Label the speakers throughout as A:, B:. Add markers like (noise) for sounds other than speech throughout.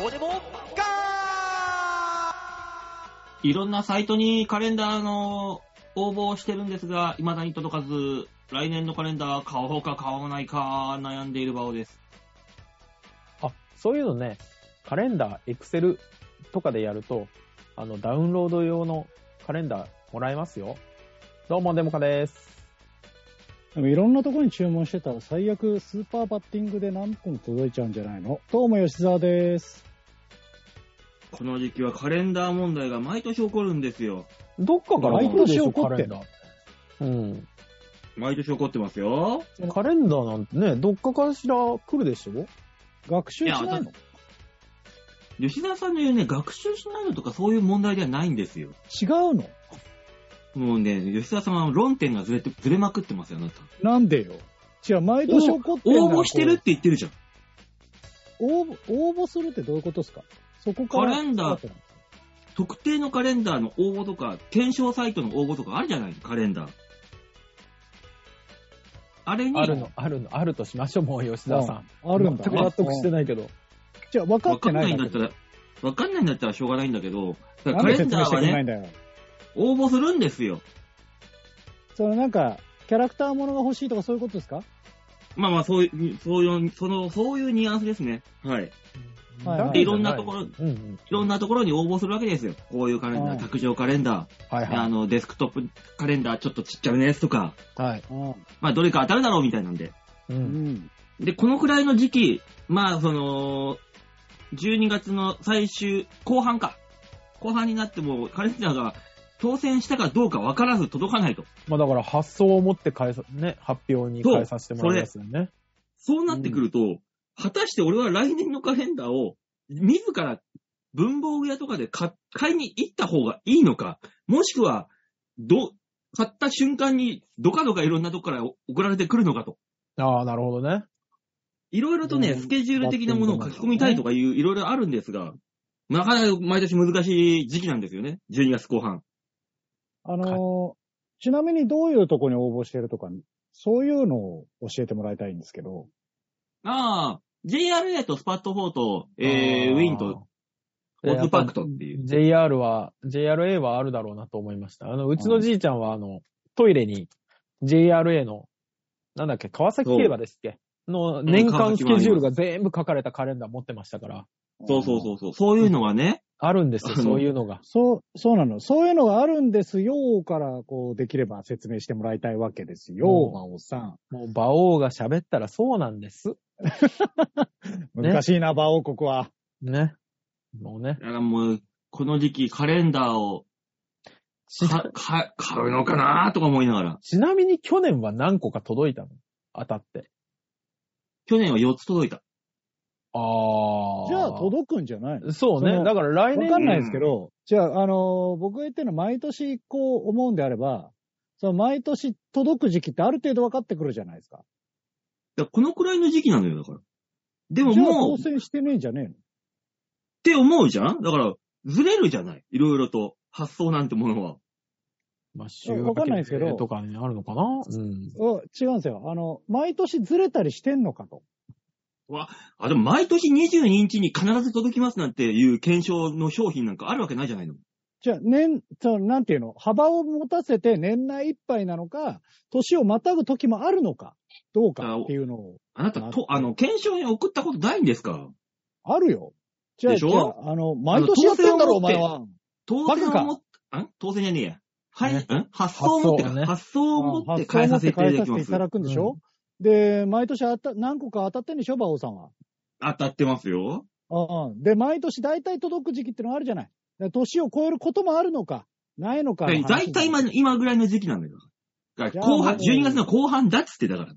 A: どうでもガ
B: いろんなサイトにカレンダーの応募をしてるんですが、未だに届かず、来年のカレンダー買おうか買わないか悩んでいる場合です。
C: あ、そういうのね、カレンダー、エクセルとかでやると、あの、ダウンロード用のカレンダーもらえますよ。どうも、デモカです。
D: でもいろんなところに注文してたら最悪スーパーバッティングで何本届いちゃうんじゃないのどうも吉沢です。
B: この時期はカレンダー問題が毎年起こるんですよ。
C: どっかから
B: 毎
D: 年
C: 来るでしょ
D: 怒って
C: カレ
D: ん
C: ンダ
D: の
C: ーうん。
B: 毎年起こってますよ。
C: カレンダーなんてね、どっかからしら来るでしょ
D: 学習しない
B: い
D: の
B: や吉田さんの言うね、学習しないのとかそういう問題ではないんですよ。
D: 違うの
B: もうね、吉田様の論点がずれて、ずれまくってますよ、あなた。
D: なんでよ違う、毎年怒ってんだ
B: 応募してるって言ってるじゃん。
D: 応募応募するってどういうことですかそこか
B: カ
D: ら。
B: レンダー、特定のカレンダーの応募とか、検証サイトの応募とかあるじゃないカレンダー。あれに、
C: あるの、あるの、あるとしましょう、もう吉沢さん。
D: あるんだ。
C: 全く納得して
D: い。
C: ないけど。
D: じゃあ分か
B: わ
D: っ
B: か
D: て
B: ん
D: な
B: ないいん
D: ん
B: だ
D: だ
B: っ
D: け
B: た
D: ど。
B: ら、わかんないんだったらしょうがないんだけど、だからカ
D: なん
B: レ
D: で
B: ン
D: 説明
B: ダ
D: し
B: ー
D: て
B: は
D: くれない
B: ね
D: ん、だよ。
B: 応募するんですよ。
D: そのなんか、キャラクターものが欲しいとかそういうことですか
B: まあまあ、そういう、そういう、その、そういうニュアンスですね。はい。
D: はい
C: だけじゃ
B: いろんなところ
C: うんうん。
B: いろんなところに応募するわけですよ。こういうカレンダ
D: は
B: ー、
D: い
B: 卓上カレンダ
C: はい
B: ー、あ
C: は
B: の、デスクトップカレンダー、ちょっとちっちゃめのやつとか、
C: い。はい。
D: うん。
B: まあ、どれか当たるだろうみたいなんで。
C: う。
D: うんん。
B: で、このくらいの時期、まあ、その、12月の最終、後半か。後半になっても、カレンダーが当選したかどうか分からず届かないと。
C: まあだから発想を持って返さ、ね、発表に変えさせてもらいますよね。
B: そうなってくると、果たして俺は来年のカレンダーを、自ら文房具屋とかで買買いに行った方がいいのか、もしくは、ど、買った瞬間に、どかどかいろんなとこから送られてくるのかと。
C: ああ、なるほどね。
B: いろいろとね、
D: うん
B: スケジュール的なものを書き込みたいとかいう、いろいろあるんですが、なかなか毎年難しい時期なんですよね。12月後半。
D: あのー、ちなみにどういうとこに応募してるとか、そういうのを教えてもらいたいんですけど。
B: ああ、JRA とスパット4と、えー、ウィンと、オーズパクトっていう。
C: JR は、JRA はあるだろうなと思いました。あの、うちのじいちゃんは、あの、トイレに JRA の、なんだっけ、川崎競馬ですっけの年間スケジュールが全部書かれたカレンダー持ってましたから、
B: そうそうそうそう。そういうのはね、
C: あるんですよ、
B: あの
C: そういうのが。
D: そう、そうなの。そういうのがあるんですよ、から、こう、できれば説明してもらいたいわけですよ、
C: うん
D: 馬王さん。
C: もう、馬王が喋ったらそうなんです。
D: 難しいな、馬王国は。
C: ね。もうね。
B: だからもう、この時期カレンダーを
C: ちな
B: か、か、買うのかなとか思いながら。
C: ちなみに去年は何個か届いたの当たって。
B: 去年は4つ届いた。
C: あ
D: じゃあ、届くんじゃないの
C: そうね。
D: その
C: だから来
D: わ
C: 年
D: かんないですけど、じゃあ、あのー僕が言ってるのは毎年こう思うんであれば、その毎年届く時期ってある程度分かってくるじゃないですか。
B: だからこのくらいの時期なのよ、だから。でも
D: じゃあ
B: もう、
D: 当
B: っ
D: 選してねえんじゃねえの
B: て思うじゃんだから、ずれるじゃない。いろいろと、発想なんてものは。
C: まあ、週
D: わかんないですけど
C: 明けとかにあるのかなうん。
D: お違うんですよ。あの、毎年ずれたりしてんのかと。
B: あ、でも毎年22日に必ず届きますなんていう検証の商品なんかあるわけないじゃないの。
D: じゃあ、年、その、なんていうの、幅を持たせて年内いっぱいなのか、年をまたぐ時もあるのか、どうかっていうのを、
B: あなた、
D: なる
B: と、あの、検証に送ったことないんですか
D: あるよ。じゃあ、
B: でしょ
D: じゃあ、あの、毎年やってんだろ、お
B: 当選
D: 前
B: を
D: は。
B: 当
D: バ
B: 然
D: カ
B: を
D: か
B: 持って、ん当然じゃねえや。はい、
C: ね
B: ん発想を持ってか、
C: 発想ね
B: 発想を持って変えさせていた
D: 変え
B: だき
D: させて
B: ま
D: い
B: す
D: た。だくんでしょ、で、毎年あた、何個か当たってんでしょ、馬王さんは。
B: 当たってますよ。
D: うん。で、毎年大体届く時期ってのがあるじゃない。で年を超えることもあるのか、ないのかの話。
B: だいたい今、今ぐらいの時期なんだよ。だから後半、
D: いや
B: 12月の後半だっつってだから。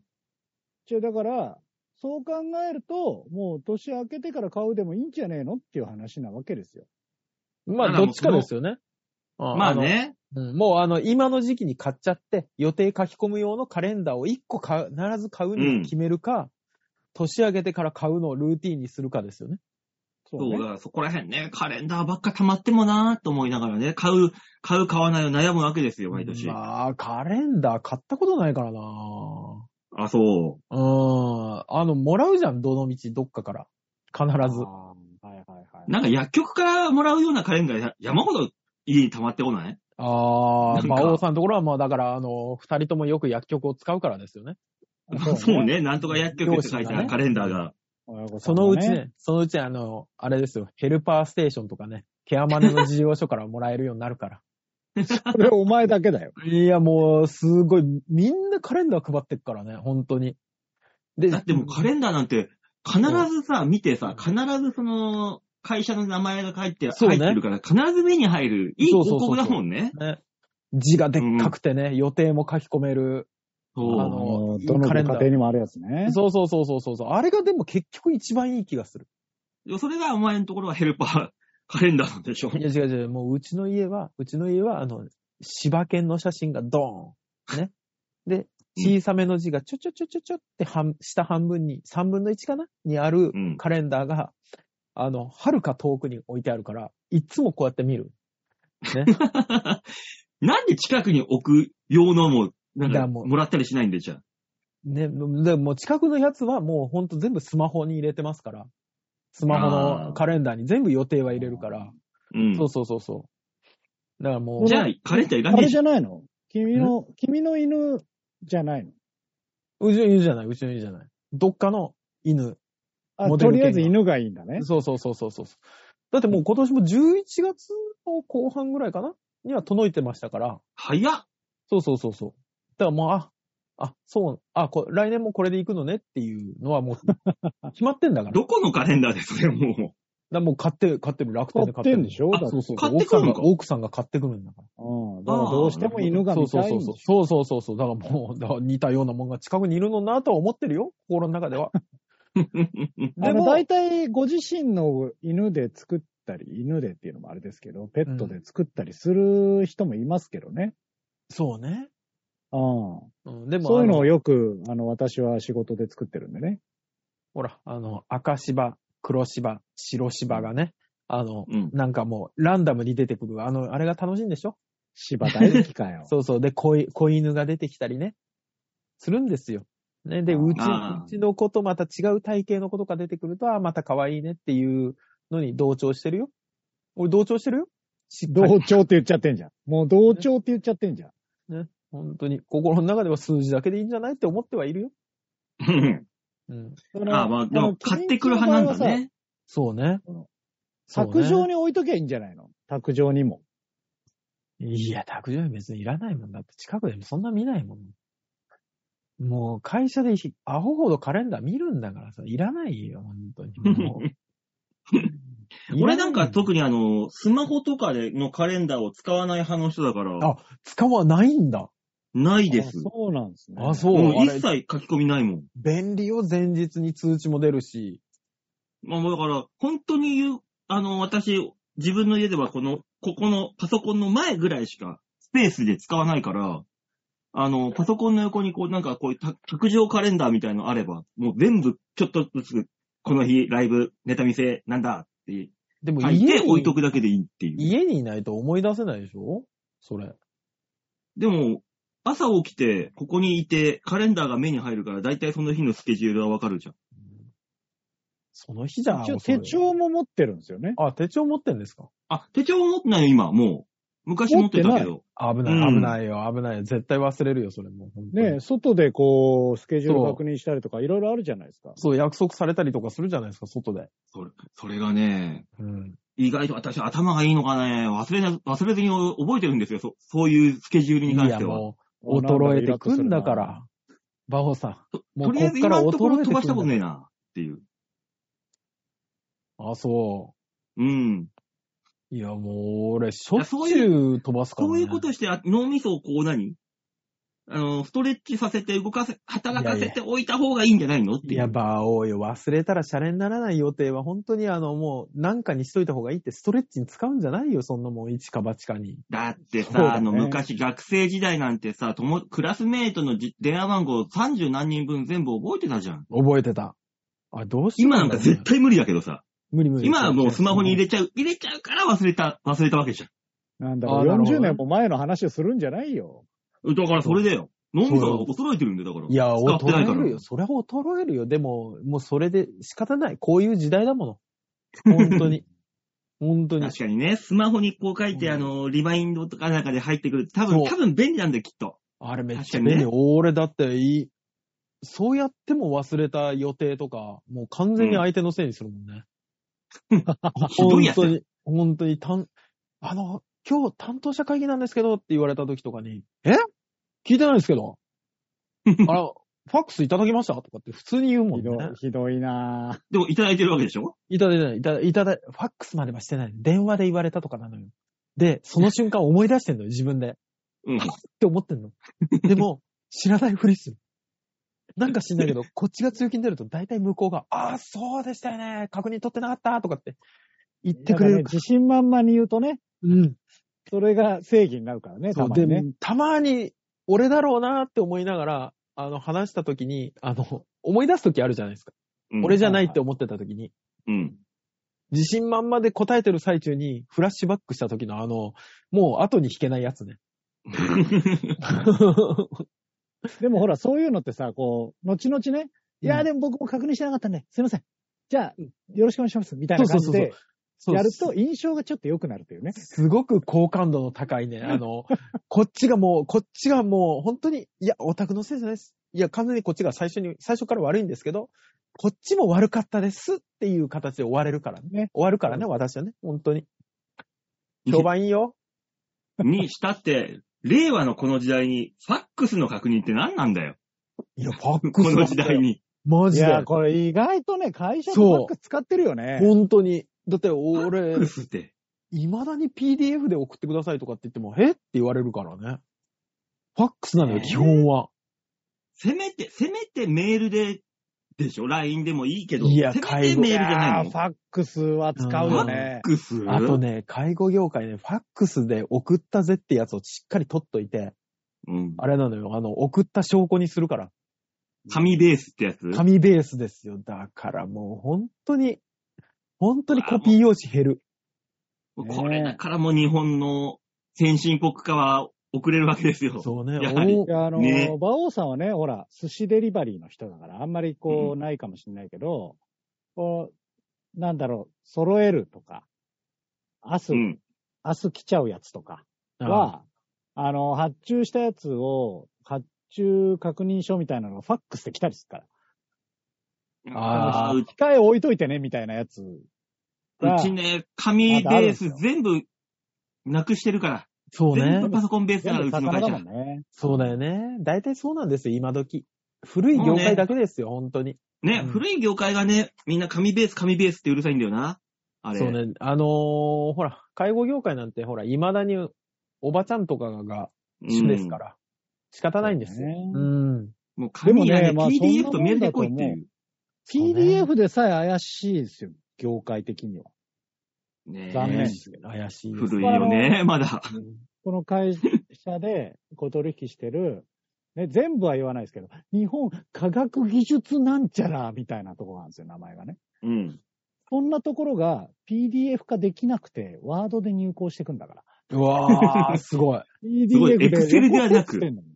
D: じゃあだから、そう考えると、もう年明けてから買うでもいいんじゃねえのっていう話なわけですよ。
C: ま
B: た
C: あ、
B: だもう
C: どっちかですよね。
B: まあね。
C: あの。うんもう、あの、今の時期に買っちゃって、予定書き込む用のカレンダーを1個買う、必ず買うのを決めるか、年明けてから買うのをルーティンにするかですよね。
D: そ
B: そう、だからそこら辺ね、カレンダーばっか溜まってもなーと思いながらね、買う、買う、買わないを悩むわけですよ、毎年。
C: まあ、カレンダー買ったことないからなぁ
B: あ、そう。
C: うん。あの、もらうじゃん、どの道、どっかから。必ず。
D: あーはいはいはい
B: なんか薬局からもらうようなカレンダーや山ほど家に溜まってこない
C: あ
B: なん
C: ー、
B: か
C: 馬王さんのところはもうだから、あの、二人ともよく薬局を使うからですよね。
B: まあそう。ね、なんとか薬局って書いてあるカレンダーが。
D: 親御さ
C: そ
D: んも
C: のうちね、そのうちあの、あれですよ、ヘルパーステーションとかね、ケアマネの事業所からもらえるようになるから。
D: それお前だけだよ。
C: (laughs) いや、もう、すごい、みんなカレンダー配ってっからね、本当に。で、
B: だってもうカレンダーなんて、必ずさ、見てさ、必ずその、会社の名前が書いて、
C: そう
B: 入
C: ね
B: ってるから、必ず目に入る、いい
C: そうそ
B: 広
C: うそうそう
B: 告だもんね。
C: ね、字がでっかくてね、予定も書き込める。
B: そ
C: あ
D: あ
B: う。
D: の
C: の、
D: どのご
C: カ
D: 家
C: レンダー
D: 庭にもあるやつね。
C: そうそうそうそうそうそう。あれがでも結局一番いい気がする。
B: でもそれがお前のところはヘルパー、カレンダーなんでしょ
C: いや違う違う、もううちの家は、うちの家は、あの、柴犬の写真がドーン。ね。で、小さめの字がちょちょちょちょちょって半、下半分に、3分の1かなにある
B: うん (laughs)
C: カレンダーが、あの、遥か遠くに置いてあるから、いつもこうやって見る。
B: なんで近くに置く用のも、なん
C: い
B: か、
C: やもう
B: もらったりしないんで、じゃあ。
C: ね、でもう近くのやつはもうほんと全部スマホに入れてますから。スマホ
B: あー
C: のカレンダーに全部予定は入れるから。
B: うん
C: そう。そうそうそう。だからもう、
B: じゃあ、カレンダーいら
D: あ
B: ねえ
D: れ
B: じ
D: じ
B: ゃん。
D: ゃないの君の、君の犬じゃないの
C: うちの犬じゃない、うちの犬じゃない。どっかの犬。
D: あ、
C: モデ
D: と
C: ル犬
D: り
C: が
D: あえず犬がいいんだね。
C: そうそうそうそうそう。だってもう今年も11月の後半ぐらいかなには届いてましたから。
B: 早っ。
C: そうそうそうそう。だからもう、あ、あ、そう、あ、こ来年もこれで行くのねっていうのはも
D: (laughs)
C: う、決まってんだから。だか
B: どこのカレンダーでそれも
C: らもう買って、買ってる、楽天で買
D: 買っ
C: ってる
D: てんでしょだって
C: そうそう
B: 買
C: そう。
B: って
C: 奥
B: く
C: さ
B: る
C: ん
B: の
C: が、
B: か
C: 奥さんが買ってくるんだか
D: うん。だからどうしても犬
C: ら。
D: が
C: そう
D: 見
C: そう
D: たい
C: そ
D: ん
C: う
D: で
C: そう。
D: し
C: そ
D: ょ
C: うそうそうそう。だからもう、だから似たようなもんが近くにいるのなとは思ってるよ。心の中
D: (laughs)
C: では。
B: う。
D: あ
C: で
D: の、
C: も、
D: 大体ご自身の犬で作ったり、犬でっていうのもあれですけど、ペットで作ったりする人もいますけどね。
C: そうね。
D: うん。
C: うん、でも、
D: そういうの
C: あ
D: をよく、あの、私は仕事で作ってるんでね。
C: ほら、あの、赤芝、黒芝、白芝がね、あの、
B: うん。
C: なんかもう、ランダムに出てくる、あの、あれが楽しいんでしょ
D: 芝大好きかよ。
C: そうそう。で、子い子犬が出てきたりね、するんですよ。ね、で、うち、
B: あー
C: うちの子とまた違う体型の子とか出てくると、あーまた可愛いねっていうのに同調してるよ。俺同調してるよ。しっかり
D: 同調って言っちゃってんじゃん。もう同調って言っちゃってんじゃん。
C: 本当に、心の中では数字だけでいいんじゃないって思ってはいるよ。うん。
D: その
B: ああ、まあ、でも、買ってくる
D: の
B: 派なんだね。
C: そうね。そうね
D: 卓上に置いときゃいいんじゃないの卓上にも。
C: いや、卓上に別にいらないもんだって、近くでもそんな見ないもん。もう会社でひアホほどカレンダー見るんだからさ、いらないよ、本当に。も
B: (laughs)
C: う
B: 俺なんか
C: いらいよ
B: 特にあの、スマホとかでのカレンダーを使わない派の人だから、
C: あ使わないんだ。
B: ないです
D: あ。そうなんですね。
C: あ、そう。
B: もう
C: あ
B: 一
C: れ
B: 切書き込みないもん。
C: 便利よ、前日に通知も出るし。
B: まあもうだから、本当に言う、あの、私、自分の家ではこの、ここのパソコンの前ぐらいしかスペースで使わないから、あの、パソコンの横にこうなんかこういう卓卓上カレンダーみたいのあれば、もう全部ちょっとずつ、この日ライブ、ネタ見せ、なんだって
C: でも
B: 書い
C: 家
B: て
C: に
B: 置いとくだけでいいっていう。
C: 家にいないと思い出せないでしょそれ。
B: でも、朝起きて、ここにいて、カレンダーが目に入るから、だいたいその日のスケジュールはわかるじゃん。
C: その日じゃ
D: 一応手
C: 遅いよ
D: 帳も持ってるんですよね。
C: あ、手帳持ってんですか
B: あ、手帳持ってないよ、今、もう。昔持ってた
D: 持っ
B: け
D: て
B: ど。
C: 危な
B: うん
C: い、危ないよ、危ないよ。絶対忘れるよ、それもう。本当に
D: ねえ外でこう、スケジュール確認したりとか、いろいろあるじゃないですか。
C: そう、約束されたりとかするじゃないですか、外で。
B: それ、それがね、
C: うん。
B: 意外と私頭がいいのかね、忘れな、忘れずに覚えてるんですよ、そそういうスケジュール
C: い
B: に関し
C: や、
B: ては。
C: もう、衰えてくんだか
D: なん
C: ら。バオさん。も
B: と
C: う、
B: りあ
C: こ
B: え
C: っ
B: ず
C: から
B: 今のところ
C: 衰えて
B: 飛
C: く
B: ば
C: ん
B: したこと
C: だ
B: ねえな、っていう。
C: あ、そ
B: うん。
C: う。いや、もう、俺、しょ
B: い
C: っ
B: やそう
C: ちゅ
B: いう
C: 飛ばすから、
B: そ
C: ね。
B: ういうことして、あ脳みそをこう何あの、ストレッチさせて動かせ、働かせておいた方がいいんじゃないのって
C: い
B: いう。
C: や、バオよ、忘れたらシャレにならない予定は、本当にあの、もう、なんかにしといた方がいいって、ストレッチに使うんじゃないよ、そんなもん、一か八かに。
B: だって
D: そ
B: さ、
D: うだね
B: あの、昔学生時代なんてさ、とも、クラスメイトのじ電話番号30何人分全部覚えてたじゃん。
C: 覚えてた。あ、どうしよう
B: 今なんか絶対無理だけどさ。
C: 無理無理。
B: 今はもうスマホに入れちゃう、入れちゃうから忘れた、忘れたわけじゃ
D: なんだ
C: あな
D: ろ
C: るほど
D: 40年も前の話をするんじゃないよ。
B: ん。だからそれだよ。脳みそが衰えてるんだよ、だから。
C: いや、
B: 使ってな
C: 衰
B: いか
C: え
B: ら
C: るよ。それ
B: (laughs)
C: は衰えるよ。でも、もうそれで仕方ない。こういう時代だもの。本当に。本当に。
B: 確かにね、スマホにこう書いて、
C: うん
B: あの、リマインドとかなんかで入ってくる。多分、
C: そう
B: 多分便利なんだよ、きっと。
C: あれめっ
B: 確
C: ち
B: か
C: ゃ
B: にね
C: 便利。俺だっていい。そうやっても忘れた予定とか、もう完全に相手のせいにするもんね。
B: ひどいやつ
C: 本当に、本当に、たん、あの、今日担当者会議なんですけどって言われた時とかに、え聞いてないですけ
B: (laughs)
C: ど、あら、ファックスいただきましたとかって普通に言うもん
D: ひど
C: ね
D: い、。ひどいな
B: でも、いただいてるわけでしょ
C: いただいたいただいただ、ファックスまではしてない。電話で言われたとかなのよ。で、その瞬間思い出してんのよ、自分で。
B: うん。
C: って思 (laughs) ってんの。でも、知らないふりする。なんか知んないけど、こっちが強気に出ると大体向こうが、ああ、そうでしたよね。確認取ってなかったとかって言っ
D: ぁ。
C: てくれ
D: なん
C: る
D: かね自信満々に言うとね、
C: うん。
D: それが正義になるからね、
C: そ
D: た
C: う
D: ま
C: で
D: にね。
C: たまに、俺だろうなって思いながら、あの、話した時に、あの、思い出す時あるじゃないですか。
B: うん
C: 俺じゃないって思ってた時に、
B: うん。 (laughs)
C: 自信満々で答えてる最中に、フラッシュバックした時のあの、もう後に引けないや
B: (laughs)
C: つね。
D: でもほら、そういうのってさ、こう、後々ね、いや、でも僕も確認してなかったんで、すいません。じゃあ、よろしくお願いします。みたいな感じ
C: そうそう
D: で、
C: そう
D: やると印象がちょっと良くなるというね。
C: すごく好感度の高いね。あの、こっちがもう、こっちがもう、本当に、いや、オタクのせいじゃないです。いや、完全にこっちが最初に、最初から悪いんですけど、こっちも悪かったですっていう形で終われるからね。
D: ね
C: 終わるからね、私はね。本当に。
B: い
C: 評判いいよ。
B: にしたって、令和のこの時代に、ファックスの確認って何なんだよ。
C: いや、ファック
B: こ
C: スだ
B: の
C: ったよ
B: 時代。に。
C: マ
D: い
C: ジで。
D: や、これ意外とね、会社
C: そう
D: のバッグ使ってるよね。
C: 本当に。だって、
B: ファッ
C: 俺
B: ク、スって。
C: 未だに PDF で送ってくださいとかって言っても、えって言われるからね。ファックスなのよ、
B: えー
C: 基本は。
B: せめて、せめてメールで、でしょ ?LINE でもいいけど。
C: いや
B: せめ
C: 介
B: て
C: 護
B: メールじゃない
D: やー
B: の
D: ファックスは使う
B: フ
D: よ
B: ァ
D: ね
B: ッ。クス
C: あとね、介護業界ね、ファックスで送ったぜってやつをしっかり取っといて、
B: うん。
C: あれなのよ、あの、送った証拠にするから。
B: 紙ベースってやつ
C: 紙ベースですよ。だからもう本当に、本当にコピー用紙減る。
B: これだからもう日本の先進国化は遅れるわけですよ。
C: そうね、
B: やはり
C: お
D: いや、あのー、
B: ね
D: 馬王さんはね、ほら、寿司デリバリーの人だから、あんまりこう、
B: う
D: ないかもしれないけど、こう、なんだろう、揃えるとか、明日、
B: うん。
D: 明日来ちゃうやつとかは、あの、発注したやつを、発注確認書みたいなのがファックスで来たりするから。
C: あー
B: うち
D: 控え置いといてね、みたいなやつが。
B: うちね、紙ベ
D: まだある
B: ー
D: んです
B: ス
D: よ
B: 全部なくしてるから。
C: そうね
B: 全部、パソコンベースだ
D: 全
B: から、
D: 部
B: うちの
D: 魚
B: 会
D: だ
B: 社
D: もん。ね。
C: そうだよね。大体そうなんですよ、今時。古い業界だけですよ、本当に。
B: ね、
C: うん
B: 古い業界がね、みんな紙ベース、紙ベースってうるさいんだよな。あれ。
C: そうね。あのーほら、介護業界なんて、ほら、未だにおばちゃんとかが
B: うん
C: 主ですから、仕方ないんですよ。
D: ね
C: うん。
B: もう紙がね、
D: でもねまあ
B: PDF
D: そん
B: と
D: な
B: メール
D: もん
B: で
D: だと
B: 来
D: 思う
B: いっていう。
C: うね
D: PDF でさえ怪しいですよ、業界的には。
B: ね
D: 残念ですけど。
C: 怪しいです。
B: 古いよね、まだ。
D: この会社で (laughs) こう取引してる、ね、全部は言わないですけど、日本科学技術なんちゃらみたいなところなんですよ、名前がね。
B: うん。
D: そんなところが PDF 化できなくて、ワードで入稿してくんだから。
C: うわー、すごい。
B: ごい
D: PDF で。
B: Excel ではなく
D: 残ってんのに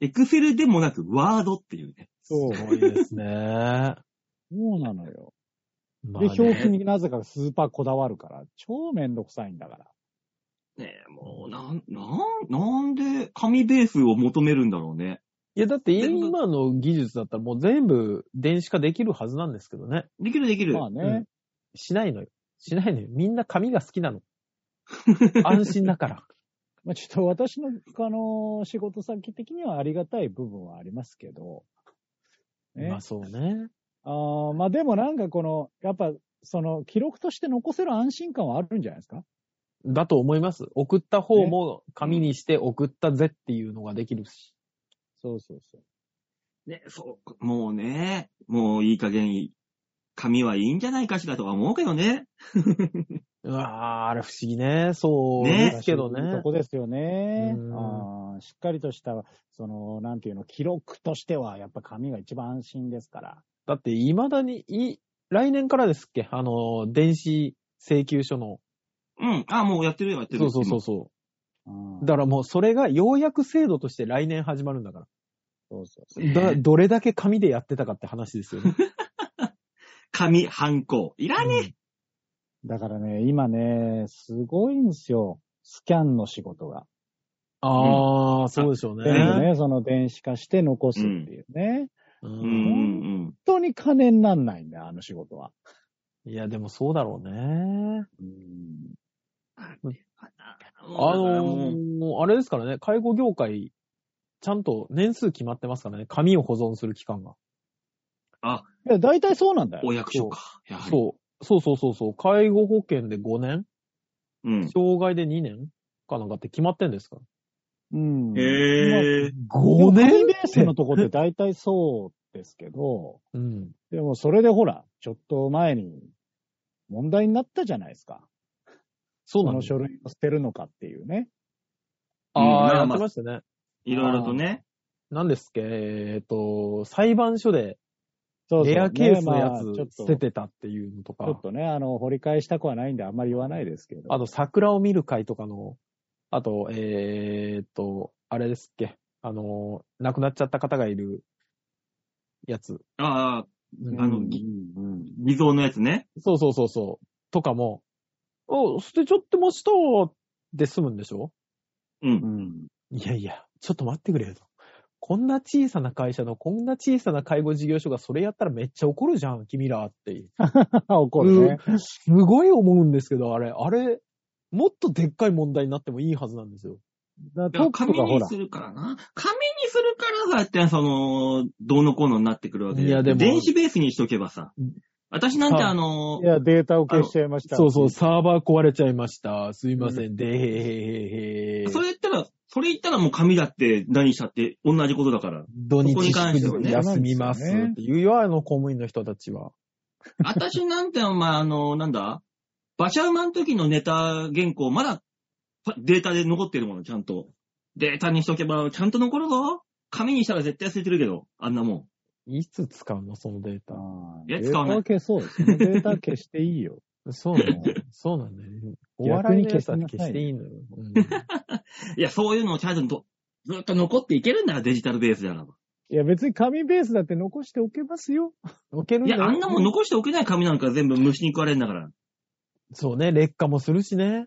B: エクセルでもなく、ワードっていうね。
D: そう。
C: す
D: そ
C: ごいですね。ま
D: うなのよ。
C: あ
D: で、
C: ね
D: 表記になぜかスーパーこだわるから、超めんどくさいんだから。
B: ねもう、なん、なん、なんで紙ベースを求めるんだろうね。
C: いや、だって今の技術だったらもう全部電子化できるはずなんですけどね。
B: できるできる。
D: まあね、
C: しないのよ。しないのよ。みんな紙が好きなの。安心だから。
D: まあ、ちょっと私の、あのー仕事先的にはありがたい部分はありますけど、ね
C: まあそうね。
D: あーまあでもなんかこの、やっぱ、その、記録として残せる安心感はあるんじゃないですか
C: だと思います。送った方も紙にして送ったぜっていうのができるし。
D: そうそうそう。
B: ね、そう、もうね、もういい加減、紙はいいんじゃないかしらとは思うけどね。
C: うわー、あれ不思議ね。そう
B: ね
C: ですけど
D: 難しい
C: ね
D: と。こですよね
C: う。ん
D: あーしっかりとした、その、なんていうの、記録としては、やっぱ紙が一番安心ですから。
C: だって未だに、い来年からですっけあの、電子請求書の。
B: うん。あ、もうやってるよ、やってる。
C: そうそうそうそう。
D: うん
C: だからもうそれがようやく制度として来年始まるんだか
D: そうそうそう。
C: ら。だ、どれだけ紙でやってたかって話ですよね。
B: 紙、ハンコ。いらねえ。
C: うん
D: だからね、今ね、すごいんですよ。スキャンの仕事が。
C: ああ、そうでしょう
D: 全部
C: ね。
D: ね、その電子化して残すっていうね。
C: う
B: うんん
D: 本当に金になんないんだよ、あの仕事は。
C: いや、でもそうだろうね。
D: うん
B: うん。
C: あ
B: も
C: の
B: う
C: ー、あれですからね、介護業界、ちゃんと年数決まってますからね、紙を保存する期間が。
D: いや、大体そうなんだよ
B: お。役所か。やはり
C: そう。そうそうそうそう。介護保険で5年、
B: うん。
C: 障害で2年かなんかって決まってんですか
D: うん。
B: へえ。
C: ら。
D: まあ
C: 5
D: でも紙ベースのとこって大体そうですけど、
C: うん。
D: でもそれでほら、ちょっと前に問題になったじゃないですか。
C: そう
D: こ
C: なの
D: の書類を捨てるのかっていうね。
C: ああ、
B: うん
C: やっ
B: まあまあ
C: てましたね。
B: いろいろとね。
C: なんですっけえっと、裁判所で
D: そうそう
C: レアケースのや
D: ねまあちょっ
C: つ
D: と
C: 捨ててたっていうのと
D: ちょ
C: か
D: っ、とね、あの、掘り返したくはないんであんまり言わないですけど。
C: あと桜を見る会とかの、あと、えっと、あれですっけあの、亡くなっちゃった方がいるやつ。
B: ああ、
D: うん、
B: あの
D: うん
B: ぎ
D: うん
B: 偽造のやつね。
C: そうそうそうそう。とかも、お、捨てちゃってましたで済むんでしょ
B: う。
D: うんん。
C: いやいや、ちょっと待ってくれよと。こんな小さな会社の、こんな小さな介護事業所がそれやったらめっちゃ怒るじゃん、君らっていう。
D: (laughs) 怒るね。
C: すごい思うんですけど、あれ、あれ、もっとでっかい問題になってもいいはずなんですよ。
D: だ
B: だ
D: からトッ
B: か
D: プ
B: ら紙
D: がほ
B: に
D: ら
B: す、るからな。紙にするからさ、って、その、どうのこうのになってくるわけで。
C: いやでも
B: 電子ベースにしとけばさ
C: うん。
B: 私なんて
C: さあ
B: あの
D: い、や、データを消しちゃいました。
C: そうそう、サーバー壊れちゃいました。すいません、でへへへへへ。
B: それ言ったら、それ言ったらもう紙だって何したって同じことだ
D: (laughs)
B: から。
C: 土日
B: そこに関しては
C: 祝
B: ね
C: 日休みますっていうよ、あの公務員の人たちは。
B: 私なんてお前あの、なんだ馬車馬の時のネタ原稿、まだデータで残ってるもの、ちゃんと。データにしとけば、ちゃんと残るぞ。紙にしたら絶対捨ててるけど、あんなも
C: いつ使うの、そのデー
D: あ
C: タ。
D: ー。
B: いや
D: デー
B: 使
D: タ
B: わない
D: は消そうですね。データ消していいよ。
C: そうなの。そうなんだよ (laughs) ね。お笑いのやつは消していいのよ。 (laughs)
B: ん。いや、そういうのをちゃんとずっと残っていけるんだよ、デジタルベースならば。
D: いや、別に紙ベースだって残しておけますよ。
C: うん、置けるん
B: い
C: だよ
B: や、あんなもん残しておけない紙なんか全部虫に食われるんだから。
C: そうね、劣化もするしね。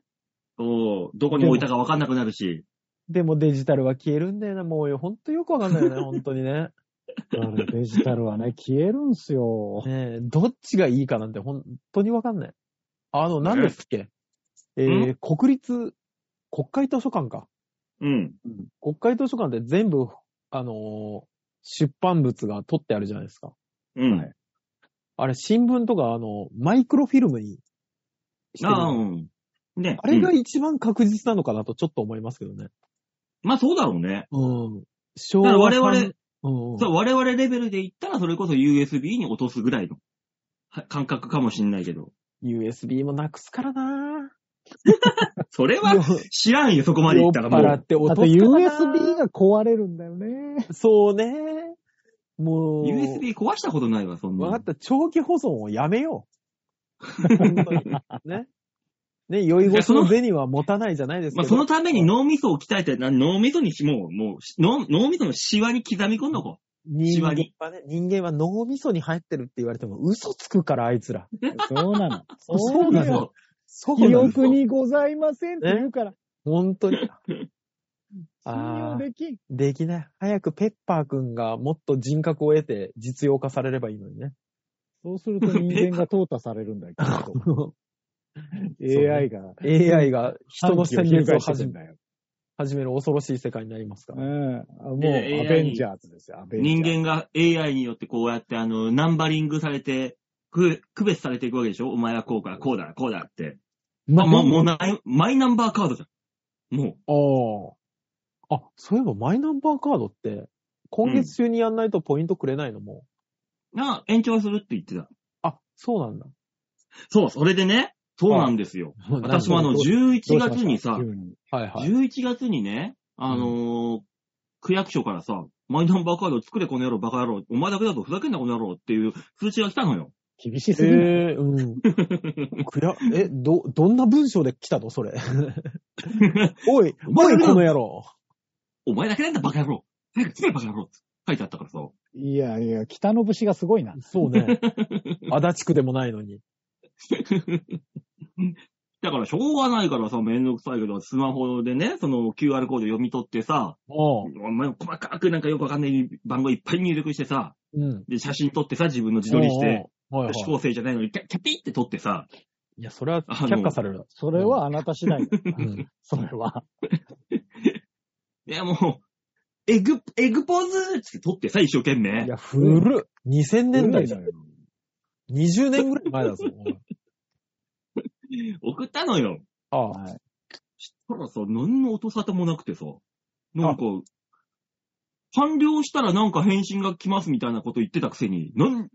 B: そう、どこに置いたかわかんなくなるし。
C: でもデジタルは消えるんだよな。もうよ、ほんとよくわかんないよ
B: (laughs)
C: ね、ほんとにね。
D: だからデジタルはね、消えるんすよ。
C: ねえ、どっちがいいかなんて本当にわかんない。あの、何ですっけ、えー国立、国会図書館か。
B: うん。
C: 国会図書館って全部、あのー出版物が取ってあるじゃないですか。
B: うん。
D: はい
C: あれ、新聞とか、あの、マイクロフィルムにしてる
B: ああ、うん。ね。
C: あれが
B: うん
C: 一番確実なのかなとちょっと思いますけどね。
B: まあそうだろうね。
C: うん。昭
B: だから我々、
C: 三うん、
B: そう、我々レベルで言ったら、それこそ USB に落とすぐらいのは感覚かもしんないけど。
C: USB もなくすからな
B: それは知らんよ、そこまで言
C: 酔っ
B: ったらも
C: 払
B: う。
C: って
D: あ
C: 落
D: と
C: とすからな
D: USB が壊れるんだよね。
C: そうねもう。
B: USB 壊したことないわ、そんな
C: わ
B: の。
C: かった。長期保存をやめよう。本当に (laughs) ね。ね、酔い
B: いや
C: 越し
B: その
C: の銭は持たないじゃないです
B: ま
C: か。
B: あ、そのために脳みそを鍛えて、な脳みそにし、もう、もうし脳、脳みそのシワに刻み込んどこ
C: 人
B: シ
C: 間
B: ワに
C: はね、人間は脳みそに入ってるって言われても嘘つくから、あいつら。
D: そうなの。
C: う
D: そう
B: う。
D: な
C: な
D: の。
C: の
B: そ
C: そう
D: 記
C: なの。
D: 憶にございませんって言うから、
C: 本当に。
D: 信
C: あー
D: 用できん。
C: できない。早くペッパーくんがもっと人格を得て実用化されればいいのにね。
D: そうすると人間が淘汰されるんだよ、
C: (laughs)
D: きっと AI が。
C: AI が人の
D: 戦
C: 戦
D: 略
C: 略
D: を
C: を
D: 始
C: 始
D: め
C: め
D: だよ。
C: 始める恐ろしい世界になりますか
D: う
C: ら。
D: ん。あもう、ア
B: で AI
D: ベンジャーズですよ、アベ
B: う。
D: ンジャー
B: 人
D: ズ。
B: 間が AI によってこうやって、あの、ナンバリングされて、区区別されていくわけでしょお前はこうか、こうだ、こうだって。まあ、もう、もうない、マイナンバーカードじゃん。もう。
C: ああ。あ、そういえばマイナンバーカードって、今月中にやんないとポイントくれないのも。
B: な、延長するって言ってた。
C: あ、そうなんだ。
B: そう、それでね、そうなんですよ。私もあの、
C: はい
B: 11
D: どうしました
B: 月にさ、
D: 急に
C: はい。
B: 11月にね、あのー区役所からさ、マイナンバーカード作れこの野郎、バカ野郎、お前だけだとふざけんなこの野郎っていう通知が来たのよ。
D: 厳しすぎる。
C: えー、
B: (laughs)
C: うん。くや、え、ど、どんな文章で来たの
B: (laughs)
C: それ。おい、
B: お前
C: おい、
B: ら
C: この野郎。
B: お前だけなんだ、バカ野郎。早く作れ、バカ野郎って書いてあったからさ。
D: いやいや、
B: (laughs)
D: 北の節がすごいな。
C: そうね。足立区でもないのに。
B: だからしょうがないからさ、めんどくさいけど、スマホでね、その QR コード読み取ってさ、
C: おう。
B: お前細かくなんかよくわかんない番号いっぱい入力してさ、
C: うん。
B: で、写真撮ってさ、自分の自撮りして、
C: おう。はい
B: 指
C: はい。
B: 向性じゃないのに、キャキャピって撮ってさ、
C: いや、それは
B: あの
C: 却下される。
D: それはあなた次第だよ
C: う
D: な。
C: ん。
D: (laughs) それは。
B: いやもう、エグ、エグポーズっつって撮ってさ、一生懸命
C: い。や、古っ。2000年代だよ。
D: 古いの
C: 20
D: よ
C: 年ぐらい前だぞ。
B: 送ったのよ。
C: ああ。
D: はい
B: たださ、何の音沙汰もなくてさ、なんか、完了したらなんか返信が来ますみたいなこと言ってたくせに、なん、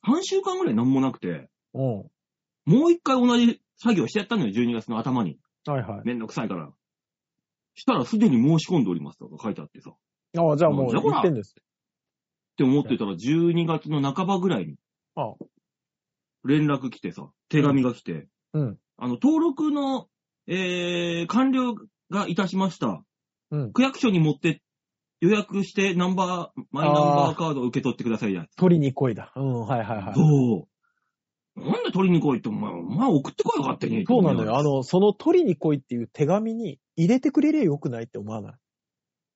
B: 半週間ぐらい何もなくて、
C: うん。
B: もう一回同じ作業してやったのよ、12月の頭に。
C: はいはい。
B: めんどくさいから。したらすでに申し込んでおりますとか書いてあってさ。っ
C: ああ、じゃあもう
B: じゃあほら
C: 言ってんです。
B: て思ってたら12月の半ばぐらいに
C: ああ。
B: 連絡来てさ、手紙が来て、
C: うん。
B: あの、登録の、えー、完了がいたしました。
C: うん
B: 区役所に持って、予約して、ナンバー、マイナンバーカードを受け取ってくださいや。
C: 取りに来いだ。うん、はいはいはい。
B: そう。なんで取りに来いって、お前、お前送ってこいよ、勝手に。
C: そうなのよ。あの、その取りに来いっていう手紙に入れてくれりゃよくないって思わない。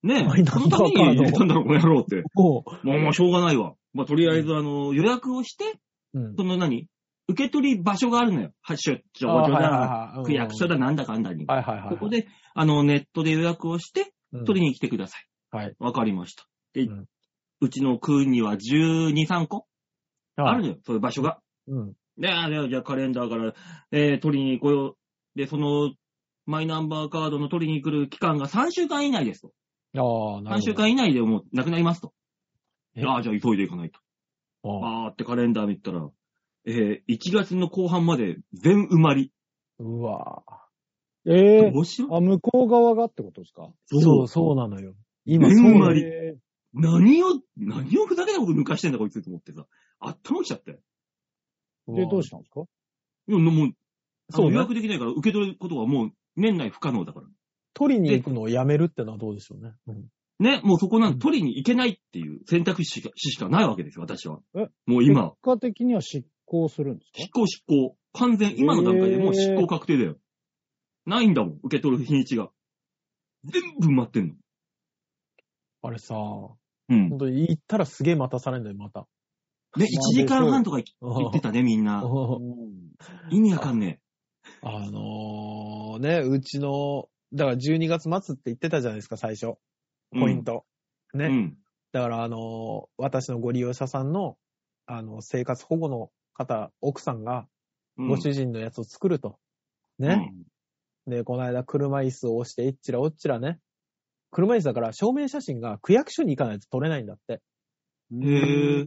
B: ね
C: マイ
B: え、
C: ナ
B: そ
C: ン
B: の
C: バー
B: た
C: カ
B: め
C: ード
B: に入れたんだろ、この野郎って。
C: お
B: もう、もうしょうがないわ。まあ、とりあえず、あの、予約をして、
C: うん。
B: その何受け取り場所があるのよ。発出
C: あ
B: 張
C: あ
B: 所だ、
C: はいはいはい
B: 区役所だ、なんだかんだに。
C: はいはいはい。
B: ここで、あの、ネットで予約をして、
C: うん、
B: 取りに来てください。
C: はい。
B: わかりました。で、
C: う
B: うんちの区には12、3個ある
C: はい
B: のよ、そういう場所が。
C: うん。
B: で、あでじゃあカレンダーから、えー取りに来よう。で、その、マイナンバーカードの取りに来る期間が3週間以内ですと。
C: ああ、なるほど。
B: 3週間以内でもうなくなりますと。
C: え
B: ああ、じゃあ急いでいかないと。
C: ああ
B: あーってカレンダー見たら、えー1月の後半まで全埋まり。
C: うわぁ
D: ええ
B: どうしよ
D: あ、向こう側がってことですか
B: う。
C: そう、そうなのよ。今、
B: 全
C: そ
B: 埋
C: うな
B: ま
C: の
B: り
C: よ。
D: え
B: 何を、何をふざけたこと抜かしてんだこいつと思ってさ。あったまきちゃって。
D: えで、どう
C: し
D: したんですか
B: いやもう、
C: そ
B: そうう、
C: ね
B: 予約できないから受け取ることはもう年内不可能だから。
C: 取りに行くのをやめるってのはどうでしょうね。うん
B: ね、もうそこなん取りに行けないっていう選択肢しかしかないわけですよ、私は
D: え。
B: もう今、
D: 結果的には執行するんです
B: 執行執行。完全、今の段階でもう執行確定だよ。ないんだもん、受け取る日にちが。全部埋まってんの。
C: あれさ、本
B: うん。
C: 当に行ったらすげえ待たされるんだよ、また。
B: ね、1時間半とかい言ってたね、みんな。
D: か、
B: 意味わかんね
C: あのー、ね、うちの、だから12月末って言ってたじゃないですか、最初。
B: え。
C: ポイント。
B: うん。
C: ね。
B: うん。
C: だから、あのー、私のご利用者さんの、あの、生活保護の方、奥さんが、
B: うん
C: ご主人のやつを作ると。ね。で、この間、車椅子を押して、えっちらおっちらね。車椅子だから、証明写真が区役所に行かないと取れないんだって。
D: うん
B: へえ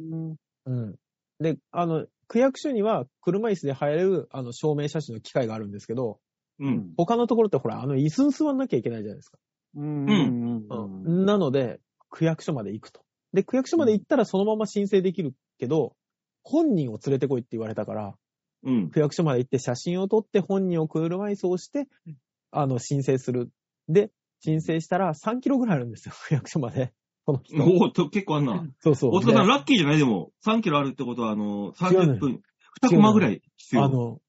C: うん。で、あの、区役所には車椅子で入れる、あの、証明写真の機械があるんですけど、
B: うん。うん。
C: 他のところってほら、あの、椅子に座んなきゃいけないじゃないですか。
D: うん。うん。
C: なので、区役所まで行くと。で、区役所まで行ったらそのまま申請できるけど、本人を連れてこいって言われたから、
B: うん。
C: 区役所まで行って写真を撮って本人を車椅子を押して、あの、申請する。で、申請したら3キロぐらいあるんですよ、 (laughs) 区役所まで。この人。
B: おお、と結構あんな。
C: そうそう。
B: 大塚さん、
C: で
B: ラッキーじゃないでも、3キロあるってことは、あの、
C: 違うの
B: 30
C: よ
B: 分、2コマぐらい必
C: あ
B: 要。
C: の、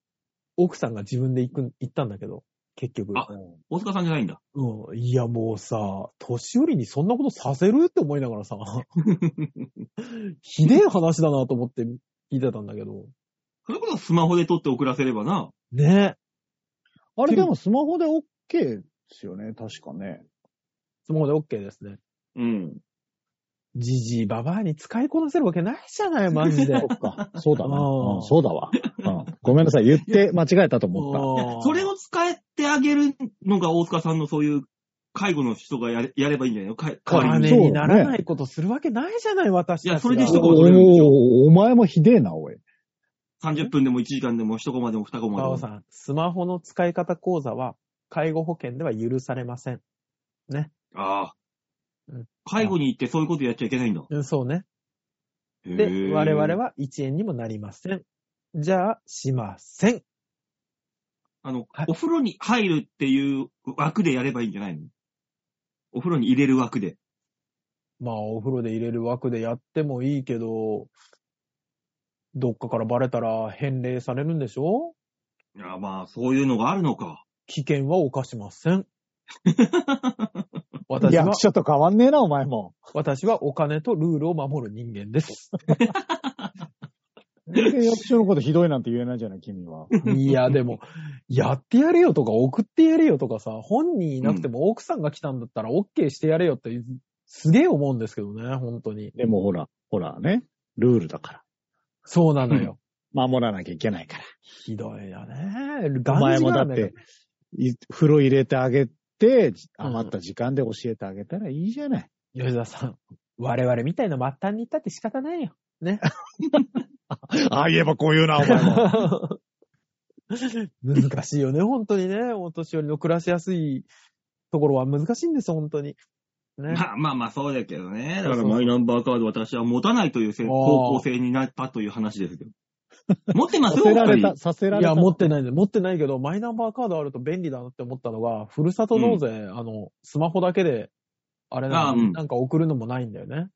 C: 奥さんが自分で行く、行ったんだけど、結局。
B: あ大塚さんじゃないんだ。
C: うん。いや、もうさ、年寄りにそんなことさせるって思いなが
B: (laughs)
C: らさ、ひでえ話だなと思って聞いてたんだけど。
B: それこそスマホで撮って送らせればな。
C: ねえ。
D: あれでもスマホで OK ですよね、確かね。
C: スマホで OK ですね。
B: うん。
C: じじいばばあに使いこなせるわけないじゃない、マ
B: (laughs)
C: ジで。
D: そっか。そうだな。
C: うん
D: うんそうだ (laughs) わ、うんごめんなさい。言って間違えたと思った。
C: もう
B: それを使ってあげるのが大塚さんのそういう介護の人がやれやればいいんじゃないのか代わり
C: 金
B: に。
C: にならないことするわけないじゃない、私たちが。
B: いやそれで一言
C: 言。
B: 取れるんですよ
D: おお前もひでえな、おい。
B: 30分でも1時間でも1コマでも2コマでも。
C: さん、スマホの使い方講座は、介護保険では許されません。
B: ああ
C: うん。
B: 介護に行ってそういうことやっちゃいけないんだ。
C: うんそうね。
B: へ
C: で、
B: ー
C: 我々。は1円にもなりません。じゃあ、しません。
B: あの
C: はい、
B: お風呂に入るっていう枠でやればいいんじゃないのお風呂に入れる枠で。
C: まあ、お風呂で入れる枠でやってもいいけど、どっかからバレたら返礼されるんでしょ
B: いや、まあ、そういうのがあるのか。
C: 危険は犯しませ
D: (laughs)
C: ん。私は
D: 役、所と変わんねえな、お前も。
C: 私はお金とルールを守る人間
D: (laughs)
C: です。
D: 全然役所のことひどいなんて言えないじゃない、君は。
C: いや、でも、やってやれよとか送ってやれよとかさ、本人いなくても奥さんが来たんだったら OK してやれよって、すげえ思うんですけどね、本当に。
D: (laughs) でもほら、ほらね、ルールだから。
C: そうなのよ。
D: 守らなきゃいけないから。
C: ひどいよね。
D: お前も
C: が
D: だ
C: ん
D: っ
C: じがら
D: て
C: め、
D: い風呂入れてあげて、余った時間で教えてあげたらいいじゃない。
C: 吉田さん、我々みたいな末端に行ったって仕方ないよ。
D: ああ言えばこう言うな、お前も。
C: 難しいよね、 (laughs) 本当にね。お年寄りの暮らしやすいところは難しいんですよ、本当に。ね。
B: まあまあまあ、そうだけどね。だ
C: そう
B: か
C: そ
B: ら
C: う
B: マイナンバーカード私は持たないというせ
C: あー
B: 方向性になったという話ですけ (laughs) ど。持ってま
D: さ
B: すよ、
D: せら
B: やっ
D: れ
B: ぱ
D: た、させら
C: い
D: れた。
C: や、持ってないんで、持ってないけど、マイナンバーカードあると便利だなって思ったのが、ふるさと納税、あの、スマホだけで、あれ
B: あ
C: な
B: あ
C: ん
B: うん
C: なんか送るのもないんだよね。
B: り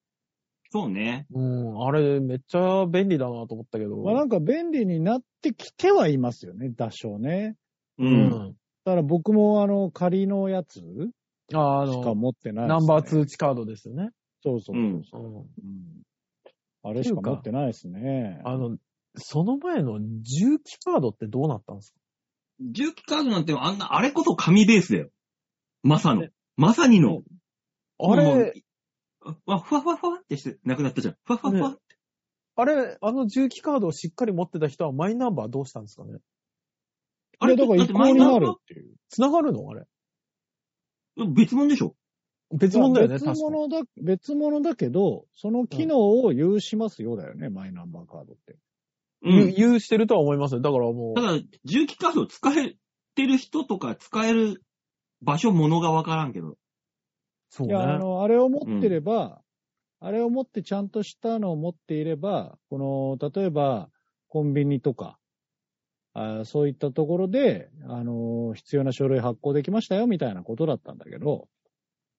B: そうね。
C: うん、あれ、めっちゃ便利だなと思ったけど。
D: まあなんか便利になってきてはいますよね、多少ね。
B: う。
C: うんん。
D: だから僕もあの、仮のやつし
C: ああ
D: か
C: の、
D: 持ってないですね、
C: ナンバー通知カードですよね。
D: そうそうそうう、
B: ん。
C: うん。
D: うんあれしか持ってないですね。
C: あの、その前の重機カードってどうなったんですか
B: 重機カードなんてあんな、あれこそ紙ベースだよ。まさの。まさにの。
C: あ
B: も
C: れ
B: う、あふわふわふわってして、なくなったじゃん。ふわふわふわ。
C: ねあれ、あの重機カードをしっかり持ってた人はマイナンバーどうしたんですかね
B: あ
D: い
B: れ
D: やだから
B: だ
D: 移
B: って
D: 行
B: マイ
D: に
B: ナ
D: な
B: ン
D: る
B: バ
D: っていう。
C: 繋がるのあれ。
B: ー別物でしょ。
C: 別物だよね、
D: 別
C: 確かに。
D: 物だ、別物だけど、その機能を有しますよだよね、マイナンバーカードって。
B: う。
C: 言うん言うしてるとは思いますよ。だからも
B: た
C: う、
B: だ、重機カード使えてる人とか使える場所、ものがわからんけど。
C: そう
D: い
C: ね。
D: や、あの、あれを持ってれば、あれを持ってちゃんとしたのを持っていれば、この、例えば、コンビニとか、あーそういったところで、あのー必要な書類発行できましたよ、みたいなことだったんだけど。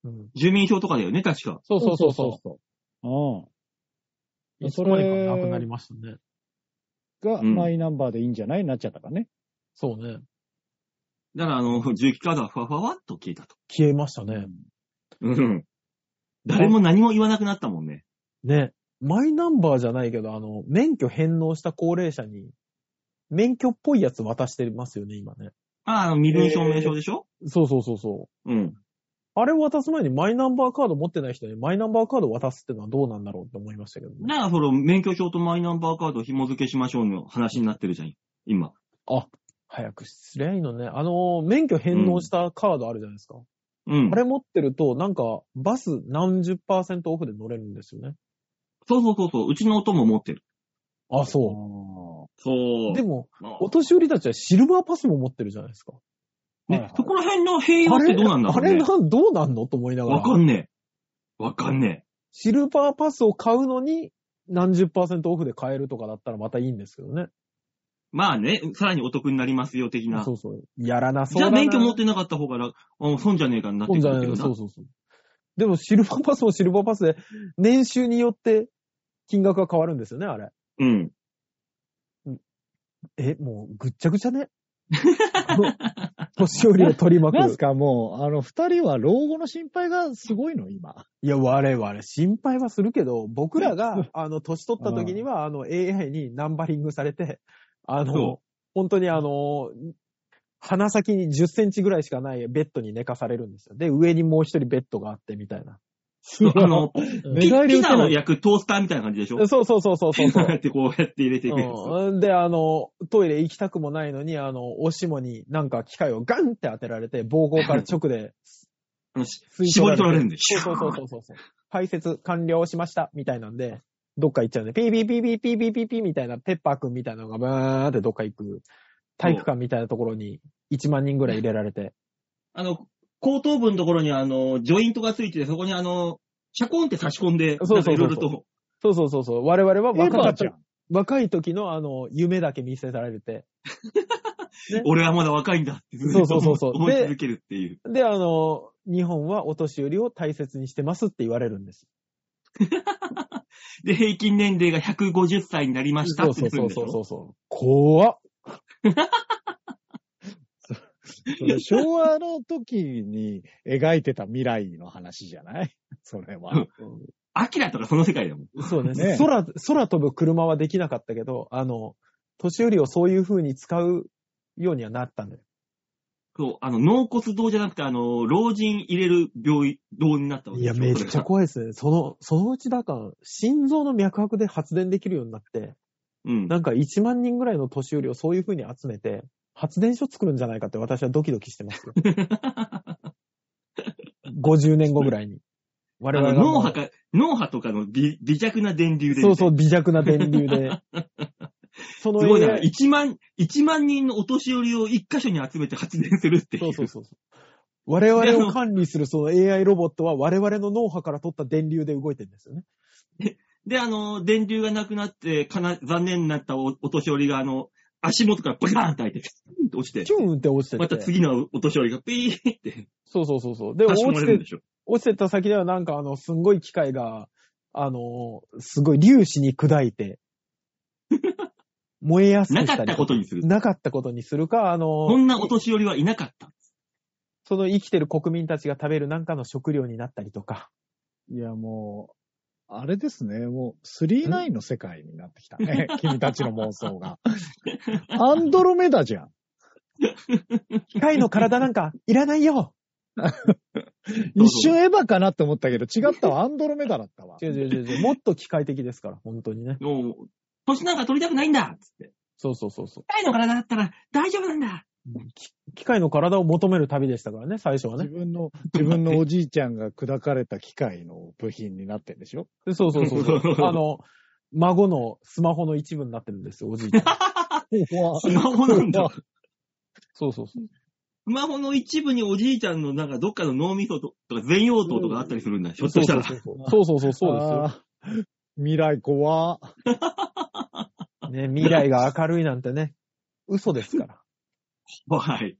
C: うん
B: 住民票とかだよね、確か。
C: そうそうそうそう。
D: う。うん。う
C: いつまでかなくなりましたね。
D: が、
B: うん
D: マイナンバーでいいんじゃないなっちゃったからね。
C: そうね。
B: だから、あの、重機カードはふわふわっと消えたと。
C: 消えましたね。
B: うん。誰も何も言わなくなったもんね。
C: ね。マイナンバーじゃないけど、あの、免許返納した高齢者に、免許っぽいやつ渡してますよね、今ね。
B: ああの、身分証明書でしょ、
C: そうそうそうそう。
B: うん。
C: あれを渡す前にマイナンバーカード持ってない人にマイナンバーカードを渡すってのはどうなんだろうって思いましたけどね。
B: だから、その、免許証とマイナンバーカードを紐付けしましょうの話になってるじゃん、今。
C: 早くすりゃいいのね。あの、免許返納したカードあるじゃないですか。
B: うん
C: あ。れ持ってると、なんか、バス何十パーセントオフで乗れるんですよね。
B: そうそうそうそう。うちの音も持ってる。
C: あ、
D: あ
C: そ。
D: ー
B: そうう。
C: でも、
B: まあ
C: お年寄りたちはシルバーパスも持ってるじゃないですか。
B: ね
D: はいはい
B: そこら辺の併用ってどうなんだろ
C: あ
B: うね
C: れ。なん、どうなんのと思いなが。
B: わからんねえ。わかんね
C: シルバーパスを買うのに、何十パーセントオフで買えるとかだったらまたいいんですけどね。
B: え。まあね、さらにお得になりますよ、的な。
C: そうそう。やらなそう
B: じゃ
C: だ
B: あ
C: な。
B: 免許持ってなかった方が楽、うん損じゃねえかになって
C: そ
B: く
C: うじゃ
B: る
C: な
B: け
C: い
B: ど
C: そ
B: な
C: う。そうそう。でも、シルバーパスもシルバーパスで、年収によって金額が変わるんですよね、あれ。
B: うん。
C: え、もう、ぐっちゃぐちゃね。この年寄りを取り巻
D: なんす
C: く。
D: かもう、あの、二人は老後の心配がすごいの、今。
C: いや、我々、心配はするけど、僕らが、あの、年取った時には、あの、AI にナンバリングされて、あ
B: そ
C: の、本当にあの、鼻先に10センチぐらいしかないベッドに寝かされるんですよ。で、上にもう一人ベッドがあって、みたいな。
B: あの、
D: (laughs) 寝
B: ピ
D: 返り
B: ピ
D: 打
B: ザ
D: てな
B: の
D: い。
B: 焼くトースターみたいな感じでしょ
C: そうそうそうそうそうそ
B: こ
C: う
B: う。やってこうやって入れていくやつ。
C: うんで、あの、トイレ行きたくもないのに、あの、おしもになんか機械をガンって当てられて、膀胱から直で
B: (laughs) あのし
C: 吸い
B: 絞り取られるん
C: で
B: で。
C: そうそう
B: シュ
C: そうそうそう。排泄完了しました、みたいなんで、どっか行っちゃうんで、ピーピーピーピーピーピーピーピーみたいな、ペッパーくんみたいなのがバーンってどっか行く、体育館みたいなところに1万人ぐらい入れられて、
B: ーンあの、後頭部のところにあの、ジョイントがついてて、そこにあの、シャコンって差し込んで、
C: そうそう
B: なん
C: そうそう
B: かいろいろと。
C: そうそうそうそう、我々は
D: エヴ
C: 若か
D: ァ
C: っ
D: ちゃ
C: た
D: ん。
C: 若い時のあの、夢だけ見せられて、
B: 俺はまだ若いんだってずっと
C: そうそうそうそう
B: 思い
C: で
B: 続けるっていう。
C: で、あの、日本はお年寄りを大切にしてますって言われるんです。
B: で、平均年齢が150歳になりました
C: そ
B: っ
C: う
B: て
C: そ
B: な
C: う
B: るん
C: そう (laughs)
B: でしょ
C: そうそう。怖っ。
D: それ昭和の時に描いてた未来の話じゃないそれは。
B: アキラとかその世界だもん。
C: そうね
D: ね
C: 空、空飛ぶ車はできなかったけど、あの、年寄りをそういう風に使うようにはなったんだよ。
B: そう、あの、納骨堂じゃなくて、あの、老人入れる病院、堂になったわけ
C: いや、めっちゃ怖いですね。その、そのうちだから、心臓の脈拍で発電できるようになって、
B: い。うん。
C: なんか1万人ぐらいの年寄りをそういう風に集めて、発電所作るんじゃないかって私はドキドキしてま
B: (laughs)
C: すよ。50年後ぐらいに。我
B: あの
C: 々がも
B: 脳
C: う
B: 波か、脳波とかの微微弱な電流で。
C: そうそう、微弱な電流で。
B: (laughs)
C: その
B: すごいな。
C: AI、
B: 1万、一万人のお年寄りを一箇所に集めて発電するっていう。
C: そうそうそうそう。我々を管理するその AI ロボットは我々の脳波から取った電流で動いてるんですよね。
B: で、あの、電流がなくなって、かな、残念になったおお年寄りが、あの、足元からバカーンって開いて、ピーンと落ちて
C: チ、ューンって落ちてて。
B: また次のお年寄りがピーンって、
C: そうそうそうそう。で、
B: 差
C: 落
B: し込ま
C: ち
B: れるん
C: て
B: で、しょ。
C: 落ちてった先ではなんかあの、すんごい機械が、あの、すごい粒子に砕い
B: (laughs)
C: て、燃えやすく
B: な
C: し
B: か
C: たり。
B: ったことにする。
C: なかったことにするか、
B: こ
C: あの、
B: んなお年寄りはいなかった。
C: その生きてる国民たちが食べるなんかの食料になったり
B: (laughs)
C: とか。
D: いや、もう、あれですね。もう、3-9の世界になってきた
C: (laughs)
D: ね。君たちの妄想が。アンドロメダじゃん。
C: 機械の体なんかいらない
B: (laughs)
C: よ
B: そう
D: 一瞬エヴァかなって思ったけど、違ったわ。アンドロメダだったわ。
C: 違う違う違う違う。もっと機械的ですから、本当にね。
B: もう、年なんか取りたくないんだっつって。
C: そうそうそうそう。
B: 大の体だったら大丈夫なんだ
C: 機械の体を求める旅でしたからね、最初は
D: 自
B: (laughs)
C: ね。
D: 分の、自分のおじいちゃんが砕かれた機械の部品になってんでしょ
C: でそうそうそ
B: (laughs)
C: うそう。あの、孫のスマホの一部になってるんですよ、お
B: (laughs)
C: じいちゃん。
B: スマホなんだ。
C: そうそうそう。
B: スマホの一部におじいちゃんのなんかどっかの脳みそととか全用頭とかあったりするんだ。ひょっとしたら。
C: そうそうそうそうそうですよ。
D: ですよ。未来怖
C: ね、未来が明るいなんてね、嘘ですから。
B: はい。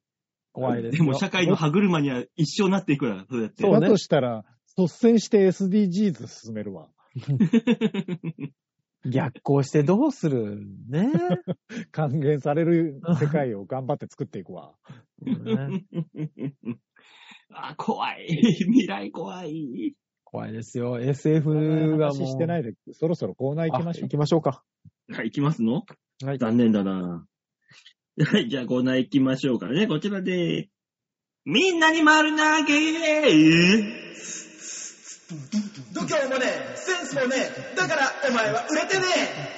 C: 怖いで
B: で
C: すよ。
B: も社会の歯車には一生なっていくから、そうやって。
C: そうね
D: だとしたら、率先して SDGs 進めるわ。
C: 逆行してどうするね。
D: 還元される世界を頑張って作っていくわ。
C: ね
B: あ、怖い。未来怖い。
C: 怖いですよ。SF がもう。
D: 話してないで、そろそろコーナー行きまし
C: あ
D: ょ
C: 行きましょうか。
B: はい、行きますの
C: はい。
B: 残念だな。はい、じゃあコーナー行きましょうからね。こちらで。みんなに丸投げ
A: 度胸もねえセンスもねえだからお前は売れてねえ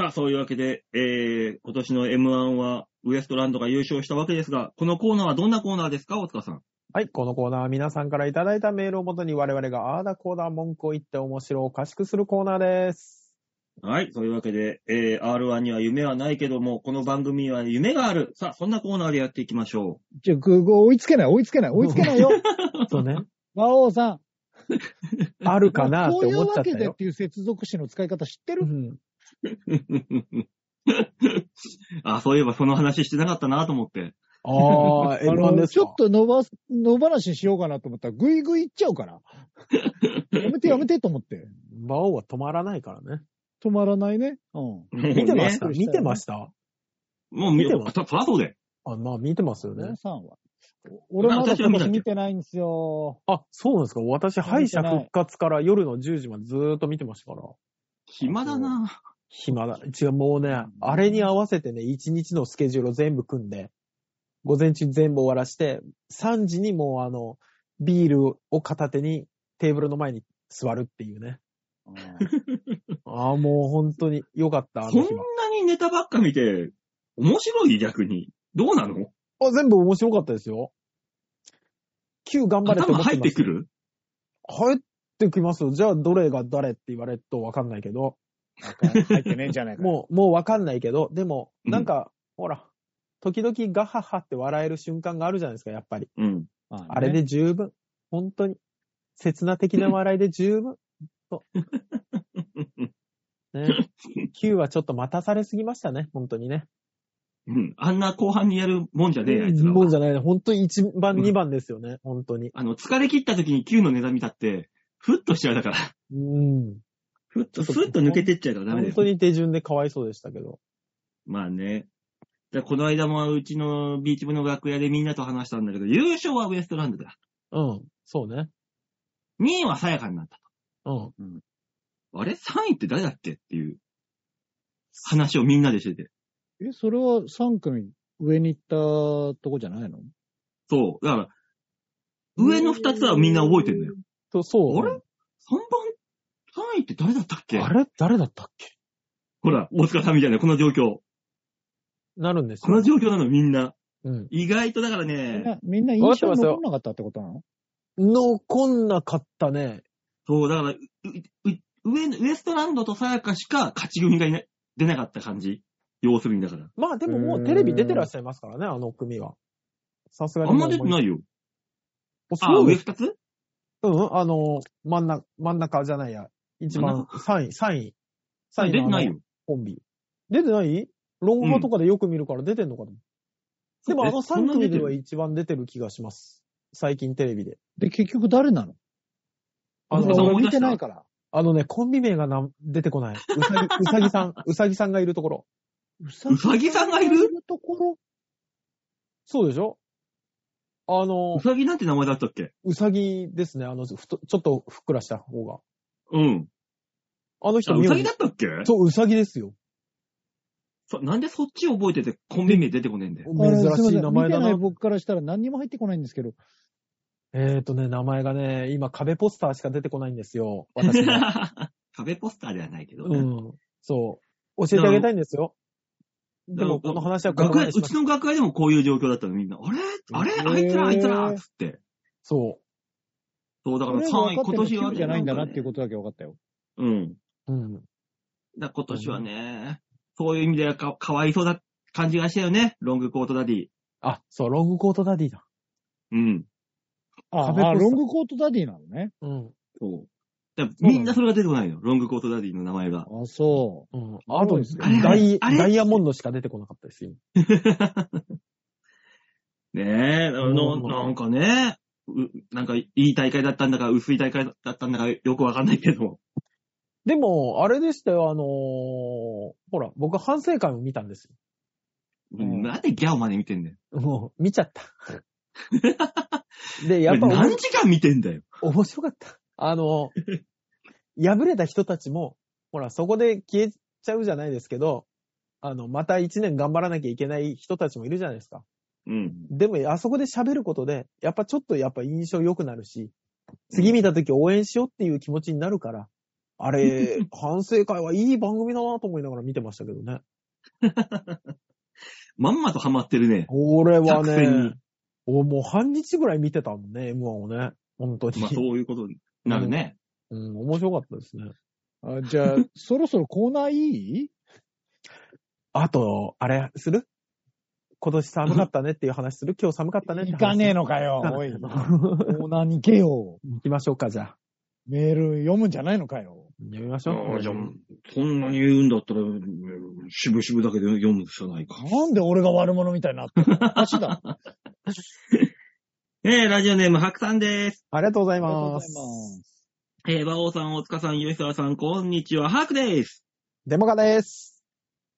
B: さあ、そういうわけで、えー、今年の M1 はウエストランドが優勝したわけですが、このコーナーはどんなコーナーですか、大塚さん。
C: はい、このコーナーは皆さんからいただいたメールをもとに我々があーだこーだ文句を言って面白おかしくするコーナーです。
B: はい。というわけで、えー、R1 には夢はないけども、この番組には夢がある。さあ、そんなコーナーでやっていきましょ
D: う。ちょ、グーグー追いつけない、追いつけない、追いつけ
C: (laughs)
D: ないよ。
C: そうね。
D: 馬王さん。
C: あるかなっ
D: こ
C: て
D: うい
C: 思
D: う
C: っちゃ
D: わ
C: った
D: けでっ
C: よ。
D: ていう接続詞の使い方知って
C: う
D: る
C: ん
B: う。 (laughs) あ、そういえばその話してなかったなと思って。
C: ああ、
D: あ
C: M1 です
D: ち
C: か
D: ょっと伸ばす、野放ししようかなと思ったら、グイグイ行っちゃ
C: (laughs)
D: うから。やめてやめてと思って。
C: 馬王は止まらないからね。
D: 止まらないね。うん。
C: 見
B: 見
C: てました、
D: ね
C: 見てました
B: もう見
C: 見て
B: て
C: ま
B: ますした。そらそうで。
C: あ、まあ見てますよ
D: 馬
C: ね
D: 王。さんは。お俺まだ
B: 私は見
D: 今
B: たけ
D: 年
B: ど
D: 見てないんですよ。
C: あ、そうなんですか私、敗者復活から夜の10時までずーっと見てましたから。
B: 暇だな
C: 暇だ。違う、もうね、あれに合わせてね、1日のスケジュールを全部組んで、午前中全部終わらして、3時にもうあの、ビールを片手にテーブルの前に座るっていうね。ああ、もう本当に良かった、あ
B: そん
C: の
B: な
C: 日は。
B: にネタばっか見て、面白い逆に。どうなの
C: あ、全部面白かったですよ。9頑張れって
B: 頭
C: 思ってま
B: 入
C: す
B: ってくる
C: 入ってきますよ。じゃあ、どれが誰って言われるとわかんないけど、
D: 入ってねえんじゃないか。
C: もう、もうわかんないけど、でも、
B: うん
C: なんか、ほら、時々ガハハって笑える瞬間があるじゃないですか、やっぱり。
B: うん。
D: まね
C: あれで十分。本当に。刹那的な笑いで十分。
B: (laughs)
C: と。ね。Q はちょっと待たされすぎましたね。本当にね。
B: うん。あんな後半にやるもんじゃねえ、あいつらは。
C: もうじゃないね。本当に1番、2番ですよね。本当に。
B: あの、疲れ切った時に Q のネタ見たって、ふっとしちゃうだから。
C: うん。
B: ふっと、ふっと抜けてっちゃうからダメだ
C: 本
B: よ
C: 当。に手順でかわいそうでしたけど。
B: まあね。いやこの間もうちのビーチ部の楽屋でみんなと話したんだけど、優勝はウエストランドだ。
C: うん。そうね。
B: 2位はさやかになった。
C: うん。
B: あれ ?3 位って誰だっけっていう話をみんなでしてて。
D: え、それは3組上に行ったとこじゃないの
B: そう。だから、上の2つはみんな覚えてるのよ。
C: と、そう。
B: あれ ?3 番、3位って誰だったっけ
C: あれ誰だったっけ
B: ほら、大塚さんみたいな、この状況。
C: なるんです
B: この
C: よ。
B: 状況なの、みんな。
C: うん。
B: 意外とだから
D: みん
B: ね、
D: な、みんな
C: わかって
D: 印象
C: ますよ
D: 残んなかったってことなの
C: 残んなかったね。
B: そう、だから、うう上の、ウエストランドとさやかしか勝ち組がいな出なかった感じ。要するにだから。
C: まあでももうテレビ出てらっしゃいますからね、あの組は。さすがに
B: あん
C: もう。
B: ま出てないよ。
C: お
B: あ、
C: そう
B: 上
C: です
B: 2つ
C: うん、あの、真ん中、真ん中じゃないや。一番、3位、3位。
B: 出
C: 3位
B: て
C: のあの
B: ないよ。
C: コンビ。出てない論語とかでよく見るから出てんのかな、でもあの
B: そんな
C: 3
B: 出
C: 組
B: て
C: で
B: る
C: は一番出てる気がします。最近テレビで。
D: で、結局誰なの
C: あ
B: そうそう
C: の、
D: 俺見てないから。
C: あのね、コンビ名がな出てこない。うさぎ、うさぎさん、うさぎさんがいるところ。
D: うさ
B: うさぎさんがいる
D: ところ
C: そうでしょあの
B: う、さぎなんて名前だったっけ
C: うさぎですね。あの、ふとちょっとふっくらした方が。
B: うん。
C: あの
B: あ
C: 人、
B: うさぎ
C: 名字
B: だったっけ
C: そう、うさぎですよ。
B: そなんでそっち覚えててコンビ名出てこねえんだよ。
C: 珍
D: あれすま
C: し
D: せ
C: い
D: ん
C: 名前だ
D: 見てな。
C: ない
D: 僕からしたら何にも入ってこないんですけど。
C: えーとね、名前がね、今壁ポスターしか出てこないんですよ。
B: (laughs)
C: 私ね。
B: 壁ポスターではないけどね。
C: うん。そう。教えてあげたいんですよ。でも、
B: だ
C: こ
B: から
C: の話はここ
B: 学
C: ま
B: 園、
C: で
B: う
C: します
B: ちの学園でもこういう状況だったの、みんな。あれあれあいつら、あいつらっつって。
C: そ
B: そう、だから3位、今年は
D: ね。
B: ね。
D: じゃないんだなっていう
B: こ
D: ことだけ分かったよ。
B: と。うん。
C: う。うん。
B: だから今年はね、そういう意味ではかかわいそうだ感じがしたよね。ロングコートダディ。
C: あ、そう、ロングコートダディだ。
B: うん。
D: あ
C: 壁ポスター
D: あ、ロングコートダディなのね。
C: うん。
B: そう。だからみんなそれが出てこないの。ロングコートダディの名前が。
D: あ、そ
C: うん。あと、
D: す
B: い
D: ご
B: ですね
C: ダイ
B: あれあれ
C: ダイヤモンドしか出てこなかったですよ。
B: ねえ、あの、
C: うん
B: なんかね、うなんかいい大会だったんだか、薄い大会だったんだか、よくわかんないけど。
C: でも、あれでしたよ、あのーほら、僕反省会を見たんですよ。
D: ん
B: なんでギャオまで見てんだよ。
C: もう、見ちゃった。で、やっ
B: こ
C: ぱ
B: れ
C: 面
B: 何時間見てんだよ。
C: 面白かった。あの、敗れた人たちも、ほら、そこで消えちゃうじゃないですけど、あの、また一年頑張らなきゃいけない人たちもいるじゃないですか。
B: うん。
C: でも、あそこで喋ることで、やっぱちょっとやっぱ印象良くなるし、次見た時応援しようっていう気持ちになるから、あれ、反省会はいい番組だなと思いながら見てましたけどね。
B: まんまとハマってるね。
C: 俺は
B: 作戦に
C: ね、おもう半日ぐらい見てたもんね、M1 をね。本当に。
B: まあそういうことになるね。
C: うん、面白かったですね。
D: う。あ
C: (laughs)
D: じゃあ、そろそろコーナーいい
C: あと、あれ、する今年寒かったねっていう話する今日寒かったねって
D: 行
C: 話
D: かねえのかよ。
C: (laughs)
D: おい。コーナーに行けよ。
C: 行きましょうか、じゃあ。
D: メール読むんじゃないのかよ。
C: 読みまし
B: あ
C: ょう。
B: あじゃあ、そんなに言うんだったら、うん渋々だけで読むしかないか。
D: なんで俺が悪者みたいになってるのおかしいだろ。ありが
B: えー、ラジオネーム、白さんです。
C: ありがとうござい
D: とうご
C: ま
D: ざい
C: す。
D: ます。
B: えー、馬王さん、大塚さん、吉沢さん、こんにちは、白です。
C: デモカです。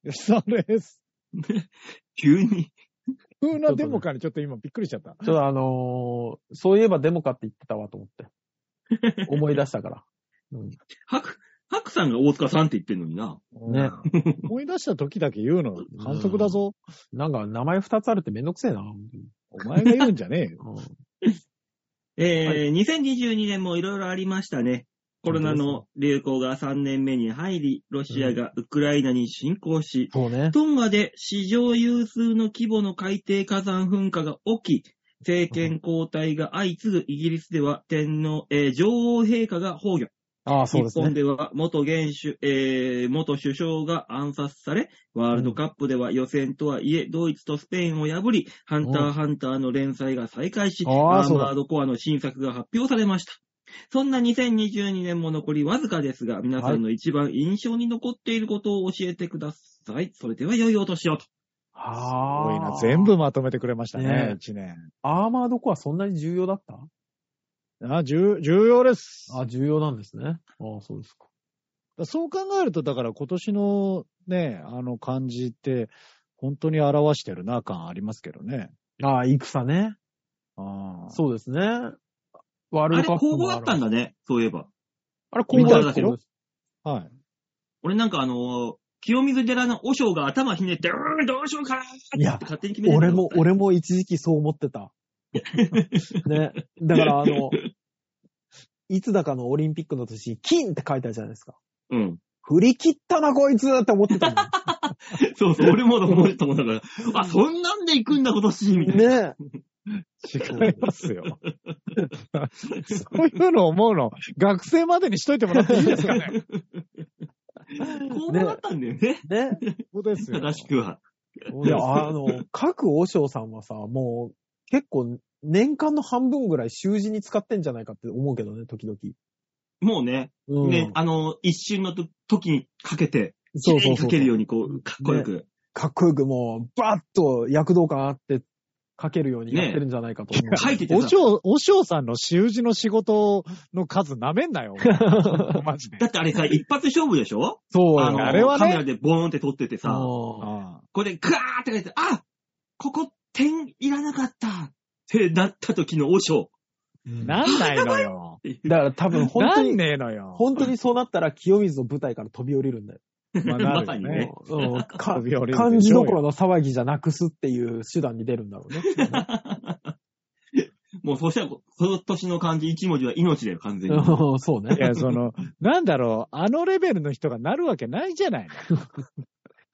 D: 吉沢です。
B: 急に。
D: 風なデモかにちょっと今びっくりしちゃった。
C: ちょっとあのーそういえばデモカって言ってたわと思って。思い出したから。うん、
B: 白、白さんが大塚さんって言ってんのにな。
C: ね。
D: 思い出した時だけ言うの、反則だぞ。
C: なんか名前二つあるってめんどくせえな。うん
D: お前が言うんじゃねえよ。
B: えー
C: は
B: 2022年もいろいろありましたね。コロナの流行が3年目に入り、ロシアがウクライナに侵攻し、
C: そうね。
B: トンガで史上有数の規模の海底火山噴火が起き、政権交代が相次ぐイギリスでは天皇、えー女王陛下が崩御。
C: ああ、そうで
B: 日
C: す
B: 本
C: ね。
B: では元元首、えー元首相が暗殺され、ワールドカップでは予選とはいえ、ドイツとスペインを破り、ハンタ
C: う
B: ーハンターの連載が再開し、
C: あ
B: アー
C: ーそうだ
B: マードコアの新作が発表されました。そんな2022年も残りわずかですが、皆さんの一番印象に残っていることを教えてください。それでは良いお年をと。
C: あ
D: 多い
C: あ。
D: な。全部。まとめてくれました
C: ねえ
D: ね、一年。
C: アーマードコアそんなに重要だった
D: あ、重、重要です。
C: あ重要なんですね。ああ、そうですか。
D: そう考えると、だから今年のね、あの感じって、本当に表してるな感ありますけどね。
C: ああ、戦ね。
D: ああ。
C: そうですね。ワー
B: あ
C: ル
B: れ、
C: ドカップ
B: 公募だったん
C: だ。
B: だね、そういえば。
C: あれ、公募だ
B: 見
C: ったた
B: ん
C: よ
B: だ。
D: はい。
B: 俺なんかあのー清水寺の和尚が頭ひねって、うーん、どうしようかなーって
C: いや
B: 勝手に決めて
C: 俺も、俺も一時期そう思っ
B: (laughs)
C: てた。ね。だから、あの、いつだかのオリンピックの年、金って書いてあるじゃないですか。
B: うん。
C: 振り切ったな、こいつって思ってたもん。
B: (laughs) そうそう、俺も思ったもんだから、あ、そんなんで行くんだ、今年、 (laughs) みたいな。
C: ね
D: 違いますよ。そういうの思うの、学生までにしといてもらっていいですかね。
B: 公募だったんだよね、
C: え。ね
D: そうで
B: (laughs)
D: すよ。
B: 正しくは。
D: そう
C: い
D: です
C: や、
D: よ
C: あの、各和尚さんはさ、もう、結構、年間の半分ぐらい習字に使ってんじゃないかって思うけどね、時々。
B: もうね、
C: うん。
B: ね、あのー一瞬のと時にかけて、綺
C: そう
B: 麗
C: そ
B: に
C: うそ
B: か
C: う。
B: けるように、こう、かっこよく。
C: かっこよくもう、バッと躍動感あって書けるようにやってるんじゃないかと思う。
B: 書いてて
D: お
B: さ、
D: 嬢、お嬢さんの習字の仕事の数舐め
B: (laughs)
D: んなよ。マジで。
B: だってあれさ、一発勝負でしょ
C: そう
B: あ
C: よ。
B: の、
D: あれはね
B: カメラでボーンって撮っててさ、
C: うん
D: あ
B: これでガーって書いて、あここ点いらなかったってなった時の和尚。
D: あなんないのよ。
C: だから多分本
D: な
C: 当
D: ん
C: に、
D: ねえのよ。
C: 本当にそうなったら清水の舞台から飛び降りるんだよ。
D: まあなるよ
B: まさにね
D: ね。
C: うんか
D: 飛び降りるでしょうよ
C: 漢字どころの騒ぎじゃなくすっていう手段に出るんだろうね。
B: (laughs)
D: (laughs)
B: もうそしたら、その年の漢字一文字は命だよ、完全に。
C: うんそうね
D: い。や、その、なんだろう、あのレベルの人がなるわけないじゃないの。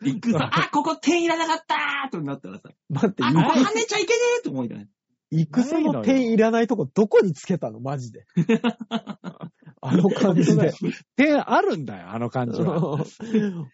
B: 行くさ、あここ点いらなかったとなったらさ、
C: 待って、
B: あ、ここ
C: い
B: 跳ねちゃいけねえと思いながら。
C: 戦の点いらないとこどこにつけたのマジ
D: (laughs)
C: で。あの感じで。
D: 点あるんだよ、あの感じは。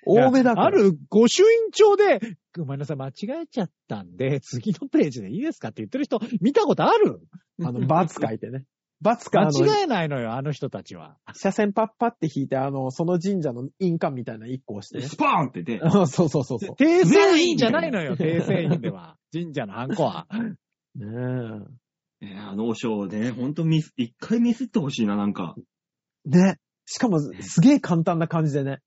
C: 多めだから。
D: あるご朱印帳で、ごめんなさい、間違えちゃったんで、次のページでいいですかって言ってる人、見たことある
C: (laughs) あの、バツ書いてね。バツか、あ
D: 間
C: の、
D: 違えないのよ、あの人たちは。
C: 車線パッパって引いて、あの、その神社の印鑑みたいな一個押してね
B: (laughs) ス。ポーンってね。
C: あ (laughs) そうそうそうそ
D: 訂正員じゃないのよ、訂正員では。 (laughs) 神社のハンコは。
C: う。ね
B: ねあの和尚ね、ほんとミス、一回ミスってほしいな、なんか。
C: え。ね。しかも、すげえ簡単な感じでね。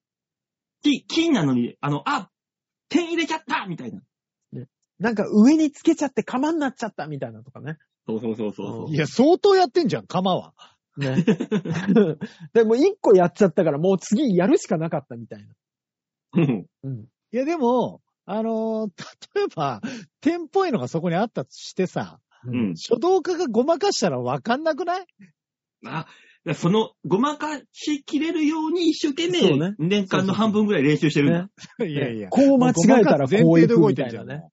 B: き金なのに、あの、あ点入れちゃったみたいな。
C: なんか上につけちゃって釜になっちゃったみたいなとかね。
B: そうそうそうそう。
D: いや、相当やってんじゃん、釜は。
C: ね。 (laughs) でも一個やっちゃったからもう次やるしかなかったみたいな。
B: うん
C: うん。
D: いや、でも、あのー例えば、点っぽいのがそこにあったとしてさ、
B: うん。
D: 書道家がごまかしたらわかんなくない
B: あ、その、ごまかしきれるように一生懸
C: そう
B: 命
C: ね、
B: 年間の半分ぐらい練習してるんだ。
D: いやいや。
C: こう間違えたらこうい
D: 前提で動
C: く
D: い
C: み
D: て
C: た
D: ん
C: い
D: じゃ。
C: なんね。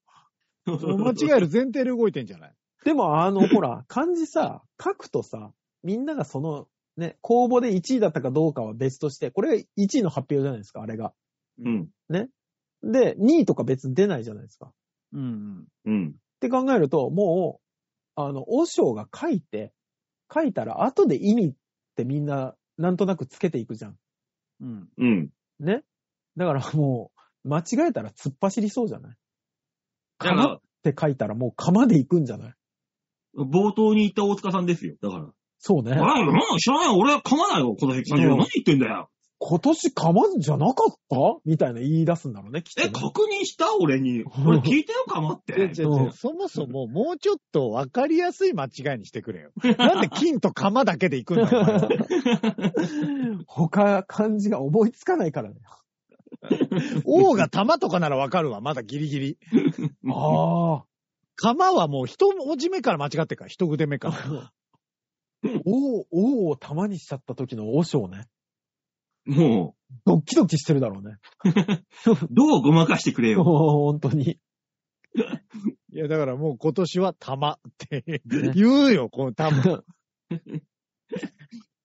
D: もう間違える前提で動いてんじゃない
C: でもあの、ほら、漢字さ、書くとさ、みんながその、ね、公募で1位だったかどうかは別として、これ1位の発表じゃないですか、あれが。
B: うん。
C: で、2位とか別に出ないじゃないですか。っ
D: うん。
B: うん。
C: て考えると、もう、あの、和尚が書いて、書いたら後で意味ってみんな、なんとなくつけていくじゃん。
D: うん。
B: うん。
C: ね。だからもう、間違えたら突っ走りそうじゃない
B: だか
C: 釜っ
B: ら、
C: て書いたらもう釜で行くんじゃない
B: 冒頭に言った大塚さんですよ。だから。
C: そうね。
B: あ、なんか知らないよ。俺は噛まないよ。今年漢字は
C: うん
B: 何言ってんだよ。
C: 今年釜じゃなかったみたいな言い出すんだろうね、きっと
B: え、
C: ね、
B: 確認した俺に。俺聞いたよ、噛まっ
D: いや違
B: て。
D: う違う
C: うん
D: そもそももうちょっと分かりやすい間違いにしてくれよ。なんで金と釜だけで行くんだお前は (laughs)
C: 他漢字が思いつかないからね。
D: 王が玉とかなら分かるわ、まだギリギリ。
C: ああ。
D: 釜はもう一文字目から間違ってるから、一筆
B: (laughs)
D: 目から。
C: 王、王を玉にしちゃった時の王将ね。
B: も
C: ドッキドキしてるだろうね。
B: う、どうごまかしてくれよ。
C: (laughs) 本当に。
D: いや、だからもう今年は玉って言うよ、この玉。
C: あ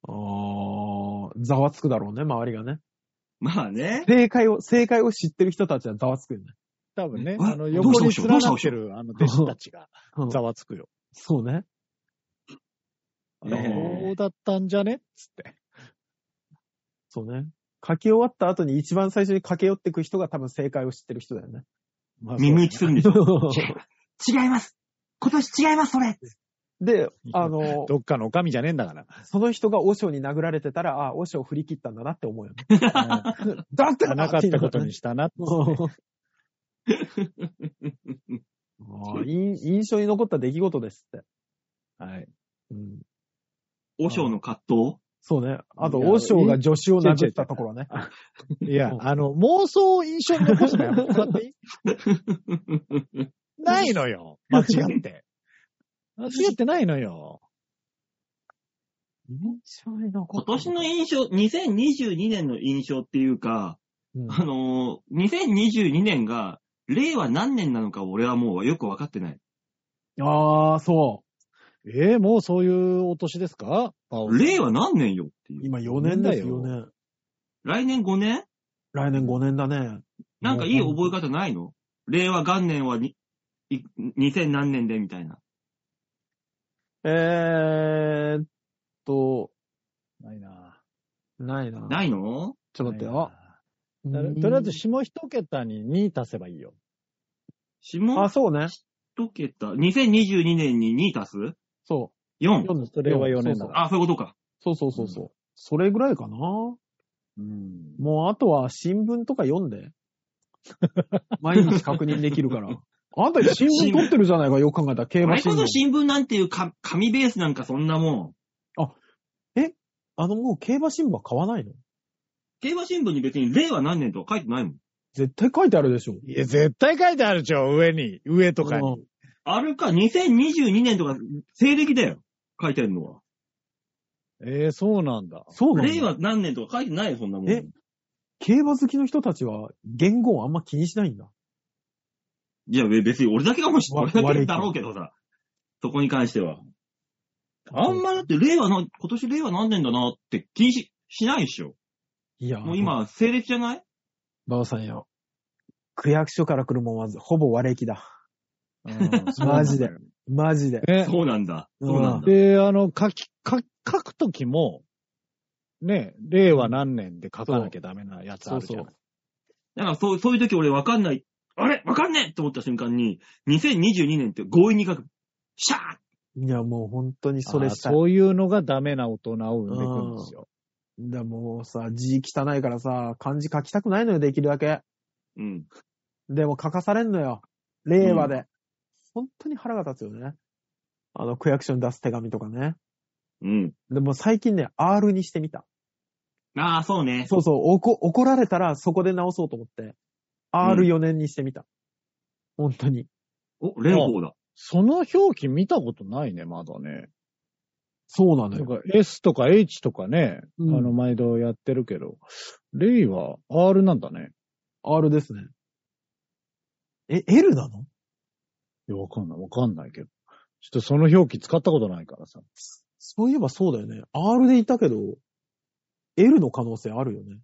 C: あ、ざわつくだろうね、周りがね。
B: (laughs) まあね。
C: (laughs) 正解を、正解を知ってる人たちはざわつくよね。
D: 多分ね、
B: え
D: あの、横
B: どう
D: に
B: した
D: 連
B: どうした
D: なってる、あの、弟子たちが
C: うん
D: ざわつくよ。
C: そうね。
D: あ
B: ねえ
D: こうだったんじゃねつって。
C: そうね。書き終わった後に一番最初に駆け寄ってく人が多分正解を知ってる人だよね。 (laughs)
D: まあ
B: 耳打ちするんでしょ。違います。今年違います、それ。
C: で、あの、
D: どっかのおかみじゃねえんだ
B: (laughs)
D: から。
C: その人が和尚に殴られてたら、ああ、和尚振 (laughs) り切ったんだなって思うよね。
D: うん
C: だったら (laughs)
D: なかったことにしたな。
C: もうああ印印象に残った出来事ですって。
D: はい。
C: うん、
B: 和尚の葛藤
C: そうね。あと、
D: いや
C: 王将が助手を殴ったところね。
D: いや
C: う、ん
D: あの、妄想を印象に残すのやめてもら
B: (laughs)
D: っていいないのよ。間違って。間違ってないのよ。
C: 印象に残
B: 今
C: った。
B: 年の印象、2022年の印象っていうか、
C: うん
B: あのー2022年が、令和何年なのか俺はもうよくわかってない。
C: ああ、そ。
D: えー、もうそういうお年ですか
B: 令和何年よっていうう。
C: 今4年です
D: 四
C: よ
D: 年だ
C: ね。
B: 来年5年
C: 来年5年だね。
B: なんかいい覚え方ないの令和元年はにい2000何年でみたいな。
C: えーっと、
D: ないな。
C: ないな。
B: ないの
C: ちょっと待ってよ。
D: な
C: う
D: い
C: ん
D: なとりあえず、下一桁に2足せばいいよ。
B: 下
C: あ、そうね。
B: 一桁。2022年に2足す
C: そ
B: ?4
C: う。。4
D: それは4年だから
B: あ、そういうことか。
C: そうそうそうそう。それぐらいかな。も
D: うん。
C: うあとは新聞とか読んで。毎日確認できるから。あんた新聞取ってるじゃないか、よく考えたら。競
B: こ
C: 馬
B: れ
C: 新
B: こ
C: 聞
B: そ。新聞なんていうか紙ベースなんかそんなもん。
C: あの、もう競馬新聞は買わないの
B: 競馬新聞に別に令和何年とか書いてないもん。
C: 絶対書いてあるでしょ。
D: いや、絶対書いてあるじゃん、上に。上とかに。
B: あるか、2022年とか西暦だよ。書いてるのは。
D: えー、そうなんだ。
C: そうなん
B: 令
C: だ。
B: 和何年とか書いてないよ、そんなもん。
C: え競馬好きの人たちは言語をあんま気にしないんだ。
B: いや、べ別に俺だけかもしれ
C: わ
B: ない。俺だけ
C: 悪いか
B: だろうけどさ。そこに関しては。あんまだって令和の、今年令和何年だなって気にししないでしょ。
C: いや、
B: もう、今、西暦じゃない
C: 馬場さんよ。区役所から来るもんはずほぼ和暦だ。
D: (laughs) うん
C: マジで。マジで。
D: ね。
B: そうなんだ。そうなんだ。
D: で、あの、書き、書き書くときも、ね、令和何年で書かなきゃダメなやつあるじゃん。
C: そう
B: だからそう、そういう時俺わかんない。あれわかんねえって思った瞬間に、2022年って強引に書く。シャーッ
C: いや、もう本当にそれ
D: あー
C: したい。
D: そういうのがダメな大人を生んでいくんですよ。
C: だもうさ、字汚いからさ、漢字書きたくないのよ、できるだけ。
B: うん。
C: でも書かされんのよ。令和で。本当に腹が立つよね。あの、区役所に出す手紙とかね。
B: うん。
C: でも最近ね、R にしてみた。
B: ああ、そうね。
C: そうそう、おこ怒られたらそこで直そうと思って、R4 年にしてみた。本当に。
B: お、蓮舫だ。
D: その表記見たことないね、まだね。
C: そうなの
D: なん
C: よ。
D: か S とか H とかね、
C: うん
D: あの、毎度やってるけど、令和 R なんだね。
C: R ですね。え、L なの
D: いや、わかんない、わかんないけど。ちょっとその表記使ったことないからさ。
C: そういえばそうだよね。R でいたけど、L の可能性あるよね。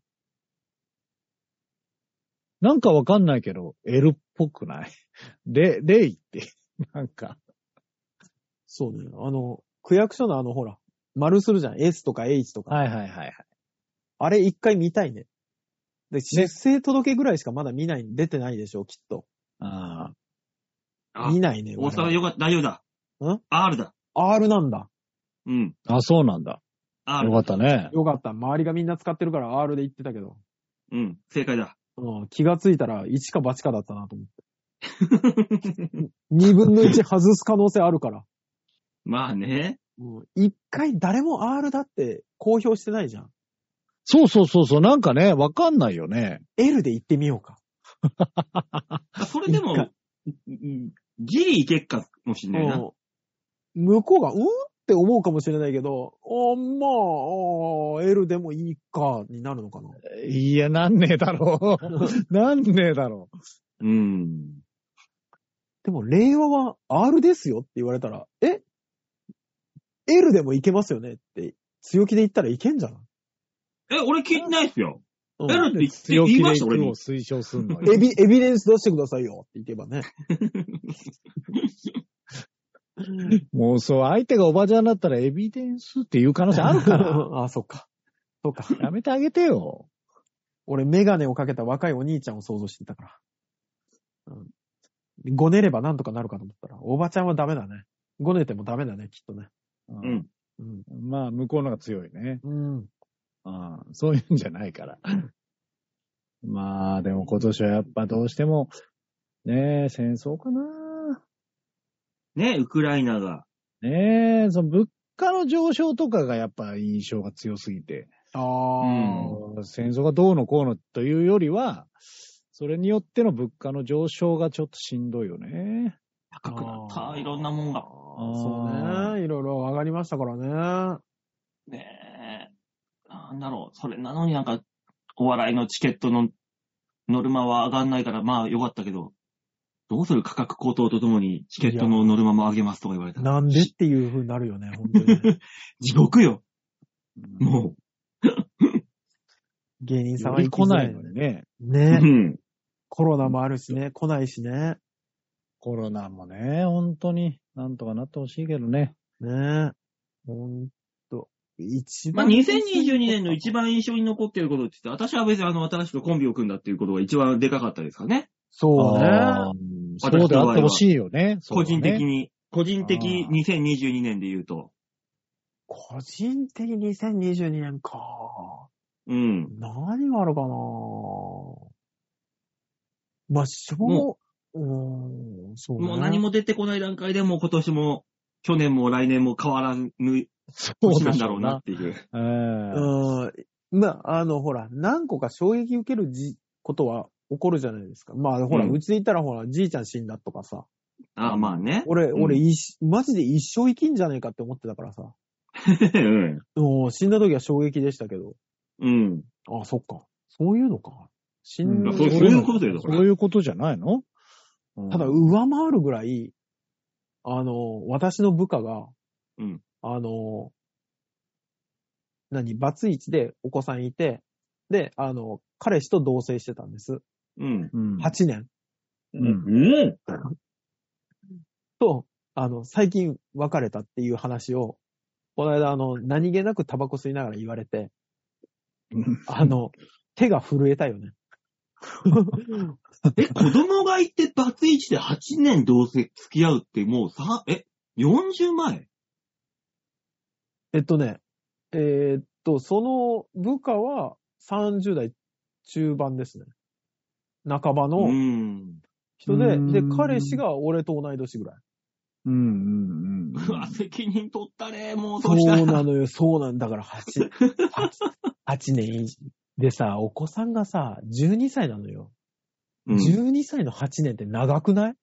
D: なんかわかんないけど、L っぽくない。 (laughs) で、レイって、 (laughs) なんか。
C: そうね。あの、区役所のあの、ほら、丸するじゃん。S とか H とか。
D: はいはいはいはい。
C: あれ一回見たいね。で、出生届ぐらいしかまだ見ない、出てないでしょ、きっと。
D: ああ。
B: あ
C: 見ないね。
B: 大阪
C: 我
B: よかった、大丈夫だ。
C: ん
B: ?R だ。
C: 々 R なんだ。
B: うん。
D: あ、そうなんだ。よ
B: R
D: か。ったね。
C: よかった。周りがみんな使ってるから R で言ってたけど。
B: うん。正解だ。
C: うん、気がついたら1か8かだったなと思って。2分の1外す可能性あるから。
B: まあね。
C: うん、一回誰も R だって公表してないじゃん。
D: そうそうそうそう、なんかね、わかんないよね。
C: L で言ってみようか。
B: それで
C: 一回
B: も、うんギリいけっかもしんないな。
C: うん向こうが、うんって思うかもしれないけど、あまああー、L でもいいか、になるのかな。
D: いや、なんねえだろ (laughs) う。なんねえだろ
B: うん。
C: でも、令和は R ですよって言われたら、え ?L でもいけますよねって、強気で言ったらいけんじゃない、
B: え、俺聞いてないっすよ。
C: う
B: L って
D: う。
B: 言って言いました、
D: 強気
B: 俺
D: で (laughs)
B: も
D: を。推奨すんの
C: エ
D: (laughs) よ。
C: ビ、エビデンス出してくださいよって言けばね。
D: もうそう、相手がおばちゃんだったらエビデンスっていう可能性あるか
C: (laughs)
D: ら。
C: あそっか。そっか。
D: やめてあげてよ。
C: 俺、メガネをかけた若いお兄ちゃんを想像してたから。うん。ごねればなんとかなるかと思ったら、おばちゃんはダメだね。ごねてもダメだね、きっとね。
D: う
B: う。ん。
C: うん。
D: まあ、向こうのが強いね。
C: うん。
D: うん。そういうんじゃないから。まあ、でも今年はやっぱどうしても、ねえ、戦争かな
B: ね、ウクライナが。
D: ねえ、その物価の上昇とかがやっぱ印象が強すぎて、
C: あ
D: 戦争がどうのこうのというよりは、それによっての物価の上昇がちょっとしんどいよね。
B: 高くなった。いろんなもんが。
C: そうね。いろいろ上がりましたからね。
B: ねえ。なんだろう。それなのになんか、お笑いのチケットのノルマは上がんないから、まあよかったけど、どうする価格高騰とともにチケットのノルマも上げますとか言われたら。
C: なんでっていう風になるよね、本当にね。
B: 地獄よ。も
C: 芸人さん
D: よ
C: は
D: り
C: 行き
D: 来
C: づ
D: な
C: ら
D: いのでね。
B: う。う (laughs)
C: ね。
B: ん。
C: コロナもあるしね、来ないしね。
D: コロナもね、本当になんとかなってほしいけどね。
C: ね。ほんと。一
B: まあ
C: 番。
B: 2022年の一番印象に残っていることって言って、私は別にあの新しくコンビを組んだっていうことが一番でかかったですかね。
C: そう
D: あ
C: ね。
D: ーそうであってほしいよね。
B: 個人的
D: に。
B: に。個人的
D: あー
B: 2022年で言うと。
C: 個人的に2022年か。
B: うん。
C: 何があるかなまあ、しょう、うーん、そうね。
B: もう何も出てこない段階でもう今年も、去年も来年も変わらぬ
D: そう
B: 年
D: で
B: なん
D: し
B: だ
D: ょ
B: ろうなっ。ていう。
D: うん
C: うん。まあ、あの、ほら、何個か衝撃受けるじことは起こるじゃないですか。まあ、ほら、
B: うん
C: うち、でいたらほら、じいちゃん死んだとかさ。
B: ああ、まあね。
C: 俺、
B: うん
C: 俺、一マジで一生生きんじゃねえかって思ってたからさ。
B: (laughs) うん。
C: うん死んだ時は衝撃でしたけど。
B: うん。
C: あそっか。そういうのか。死んだ、
D: うん
B: そう
D: そ
B: そうう
D: い
B: いううこ
D: こ
B: とだよ、
D: そういうことじゃないの
C: ただ、上回るぐらい、あの、私の部下が、
B: うん
C: あの、何、バツイチでお子さんいて、で、あの、彼氏と同棲してたんです。
B: うん。
D: うん
C: 8年。
D: うん
B: うん。
C: と、あの、最近別れたっていう話を、この間、あの、何気なくタバコ吸いながら言われて、あの、手が震えたよね。
B: え、子供がいてバツイチで8年どうせ付き合うってもうさ、え、40前
C: えっとね、えーっと、その部下は30代中盤ですね。半ば
B: う
C: の
B: ん。
C: 人で、
D: うん
C: で、彼氏が俺と同い年ぐらい。
D: うん
B: (laughs)
D: うんうん。
B: うわ、責任取ったね、もうそ
C: そう
B: した
C: う
B: ら。
C: なのよ、そうなんだから8、8, 8年以上。でさ、お子さんがさ、12歳なのよ。
B: うん。
C: 12歳の8年って長くない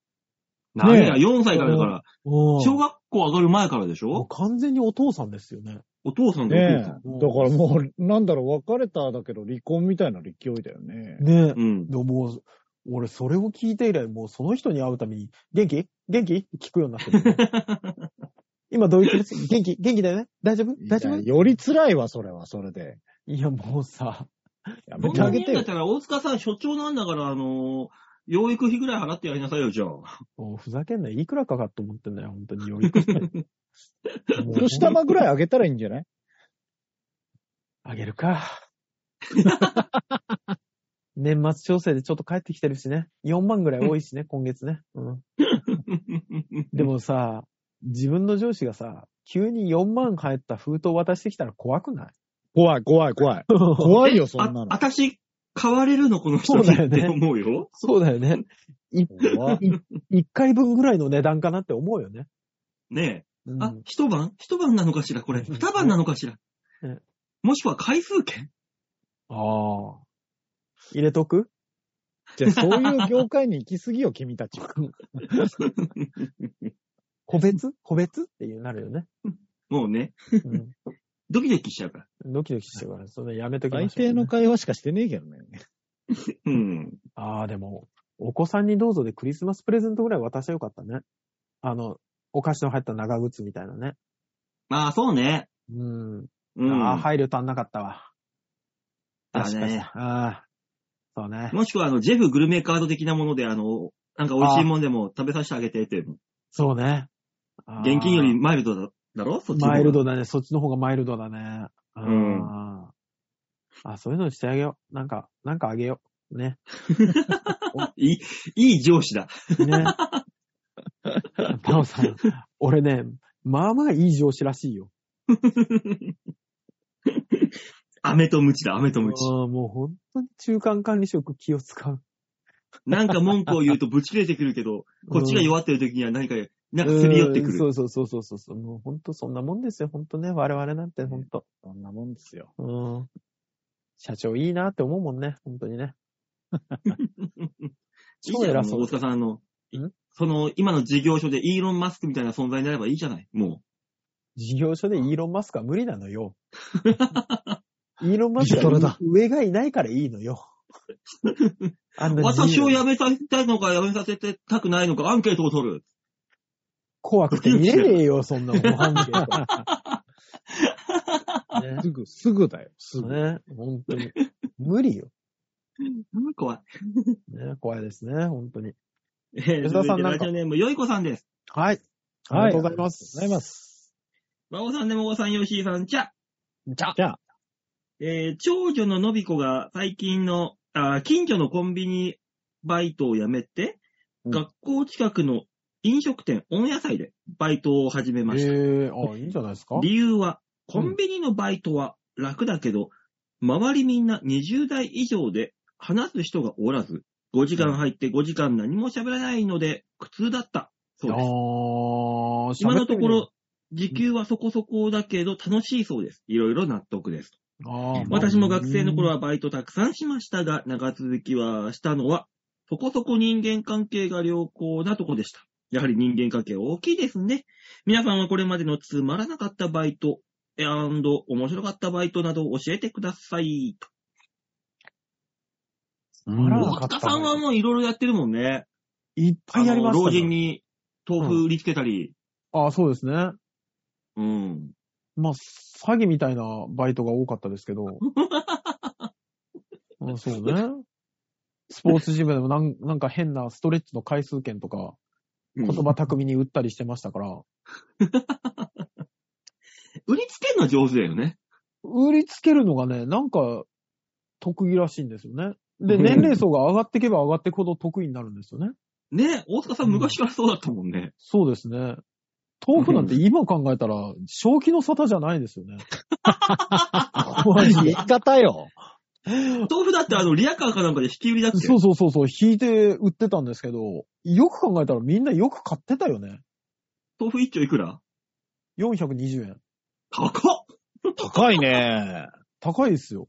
B: なんや、4歳からだから、
C: お
B: 小学校上がる前からでし
C: もう
B: ょ
C: 完全にお父さんですよね。
B: お父さんとお
D: ね
B: 父
D: え。だ
B: さ
D: か
B: ん。
D: らもう、なんだろう、別れただけど離婚みたいな勢いだよね。
C: ね
B: うん。
C: でももう、俺それを聞いて以来、もうその人に会うために、元気元気って聞くようになってる、
D: (laughs)
C: 今ドイツです元気元気だよね大丈夫大丈夫
D: いやより辛いわ、それは、それで。
C: いや、もうさ、
D: やめ
B: そん
D: てあ
B: な
D: げ
B: に言
D: て
B: うんだ
D: よ
B: っ。たら、大塚さん所長なんだから、あのー養育費ぐらい払ってやりなさいよ、じゃあ。
C: もうふざけんなよ。いくらかかって思ってんだよ、本当に。よりくもう
D: 年玉ぐらいあげたらいいんじゃない
C: あげる
D: (laughs)
C: か。年末調整でちょっと帰ってきてるしね。4万ぐらい多いしね、今月ね。うん。でもさ、自分の上司がさ、急に4万入った封筒渡してきたら怖
D: (laughs)
C: くない
D: 怖い、怖い、怖い。怖いよ、そんな
B: あ、
D: の。
B: 私、買われるの、この人
C: そう
B: に
C: だよ
B: っ
C: ね
B: て思うよ。
C: そうだよね。
D: 怖い
C: 1回分ぐらいの値段かなって思うよね。
B: ね
C: う
B: え。
C: ん
B: あ、一晩一晩なのかしら、これ。
C: うん
B: 二晩なのかしら
C: うん。
B: もしくは回数券
C: あ。入れとく
D: じゃあそういう業界に行き過ぎよ、君たち。
C: 個別個別っていうなるよね。
B: もうね、
C: うん
B: ドキドキしちゃうから。
C: ドキドキしてるから、それやめときましょ
D: 最
C: う、
D: 低の会話しかしてねえけどね。 (laughs)
B: うん。
C: ああ、でも、お子さんにどうぞでクリスマスプレゼントぐらい渡してよかったね。あの、お菓子の入った長靴みたいなね。
B: まあ、そうね。
C: うん。
B: うん。
C: ああ、配慮足んなかったわ。
B: だね
C: 確かに。ああ。そうね。
B: もしくは、あの、ジェフグルメカード的なもので、あの、なんか美味しいもんでも食べさせてあげてって。
C: そうね。あー
B: 現金よりマイルドだだろそっちの方が
C: マイルドだね。そっちの方がマイルドだね。あー
B: うん
C: あ、そういうのしてあげよう。なんか、なんかあげよう。ね。
B: いい、いい上司だ。 (laughs)
C: ね。なおさん、俺ね、まあまあいい上司らしいよ。
B: 飴とムチだ、飴とムチ。
C: ああ、もう本当に中間管理職気を使う。
B: なんか文句を言うとぶち切れてくる
C: (laughs)
B: けど、こっちが弱ってる時には何か、なんかすり寄ってく
C: そ
B: る。
C: うそうそうそうそうそう。もう本当そんなもんですよ。本当ね。我々なんて本当。
D: そんなもんですよ。
C: うん。社長いいなって思うもんね。本当にね。
B: いいじゃ
C: 偉
B: ん、
C: そ
B: も
C: う
B: う大塚さん、あの
C: ん、
B: その、今の事業所でイーロン・マスクみたいな存在になればいいじゃない、も
C: 事業所でイーロン・マスクは無理なの
B: (laughs)
C: よ。イーロン・マスク
D: リトル
C: は
D: だ
C: 上がいないからいいの
B: (laughs)
C: よ。あん
B: う。
C: な自由
B: 私を辞めさせたいのか辞めさせてたくないのかアンケートを取る。
C: 怖くて言えねえよ、そんなもん。アン
B: (laughs)
C: ケートね
D: すぐ、すぐだよ、すぐ。
C: ね、本当に。無理よ。
B: うん怖い。
C: ね、怖いですね、本当に。
B: えー、
C: 吉田さ
B: 続いて
C: んなん
B: ラ
C: か
B: ジオネーム、よいこさんです。
C: はい。ありがとうございます。。
D: ありがとうございます
B: 馬尾さん、でもごさん、よしーさん、ちゃ。
C: じゃあ
D: じゃあ、
B: えー長女ののびこが最近の、あー近所のコンビニバイトを辞めて、
D: うん
B: 学校近くの飲食店、温野菜でバイトを始めま
C: え
B: した。
C: ー、あ、いいんじゃないですか
B: 理由は、コンビニのバイトは楽だけど、周りみんな20代以上で話す人がおらず、5時間入って5時間何も喋らないので苦痛だった。そうです。
C: あー、
B: 今のとこ
C: 喋って
B: ろ、時給はそこそこだけど楽しいそうです。いろいろ納得です。
C: みれば、あー
B: 私も学生の頃はバイトたくさんしましたが、長続きはしたのは、そこそこ人間関係が良好なとこでした。やはり人間関係大きいですね。皆さんはこれまでのつまらなかったバイト、えー面白かったバイトなどを教えてください。
D: うん
C: あら
B: 大田さんはもういろいろやってるもんね。
C: いっぱいやりま
B: あ
C: し
B: の
C: たね。
B: 老人に豆腐売りつけたり。
C: あー、そうですね。
B: うん。
C: まあ、詐欺みたいなバイトが多かったですけ
B: (laughs)
C: ど。うんそうね。スポーツジムでもなんなんか変なストレッチの回数券とか、言葉巧みに打ったりしてましたから。
B: 売りつけるの上手だよね。
C: 売りつけるのがね、なんか特技らしいんですよね。で、
B: うん
C: 年齢層が上がっていけば上がっていくほど得意になるんですよね。
B: ね、大塚さん昔からそうだったもんね。
C: そうですね。豆腐なんて今考えたら、正気の沙汰じゃないですよね。マジ
D: 言い
C: で
D: 方よ。
B: 豆腐だってあの、リアカーかなんかで引き売りだって。
C: そうそうそうそう、引いて売ってたんですけど、よく考えたらみんなよく買ってたよね。
B: 豆腐一丁いくら
C: 420円。
B: 高っ
D: 高いね。
C: 高いで
B: (laughs)
C: すよ。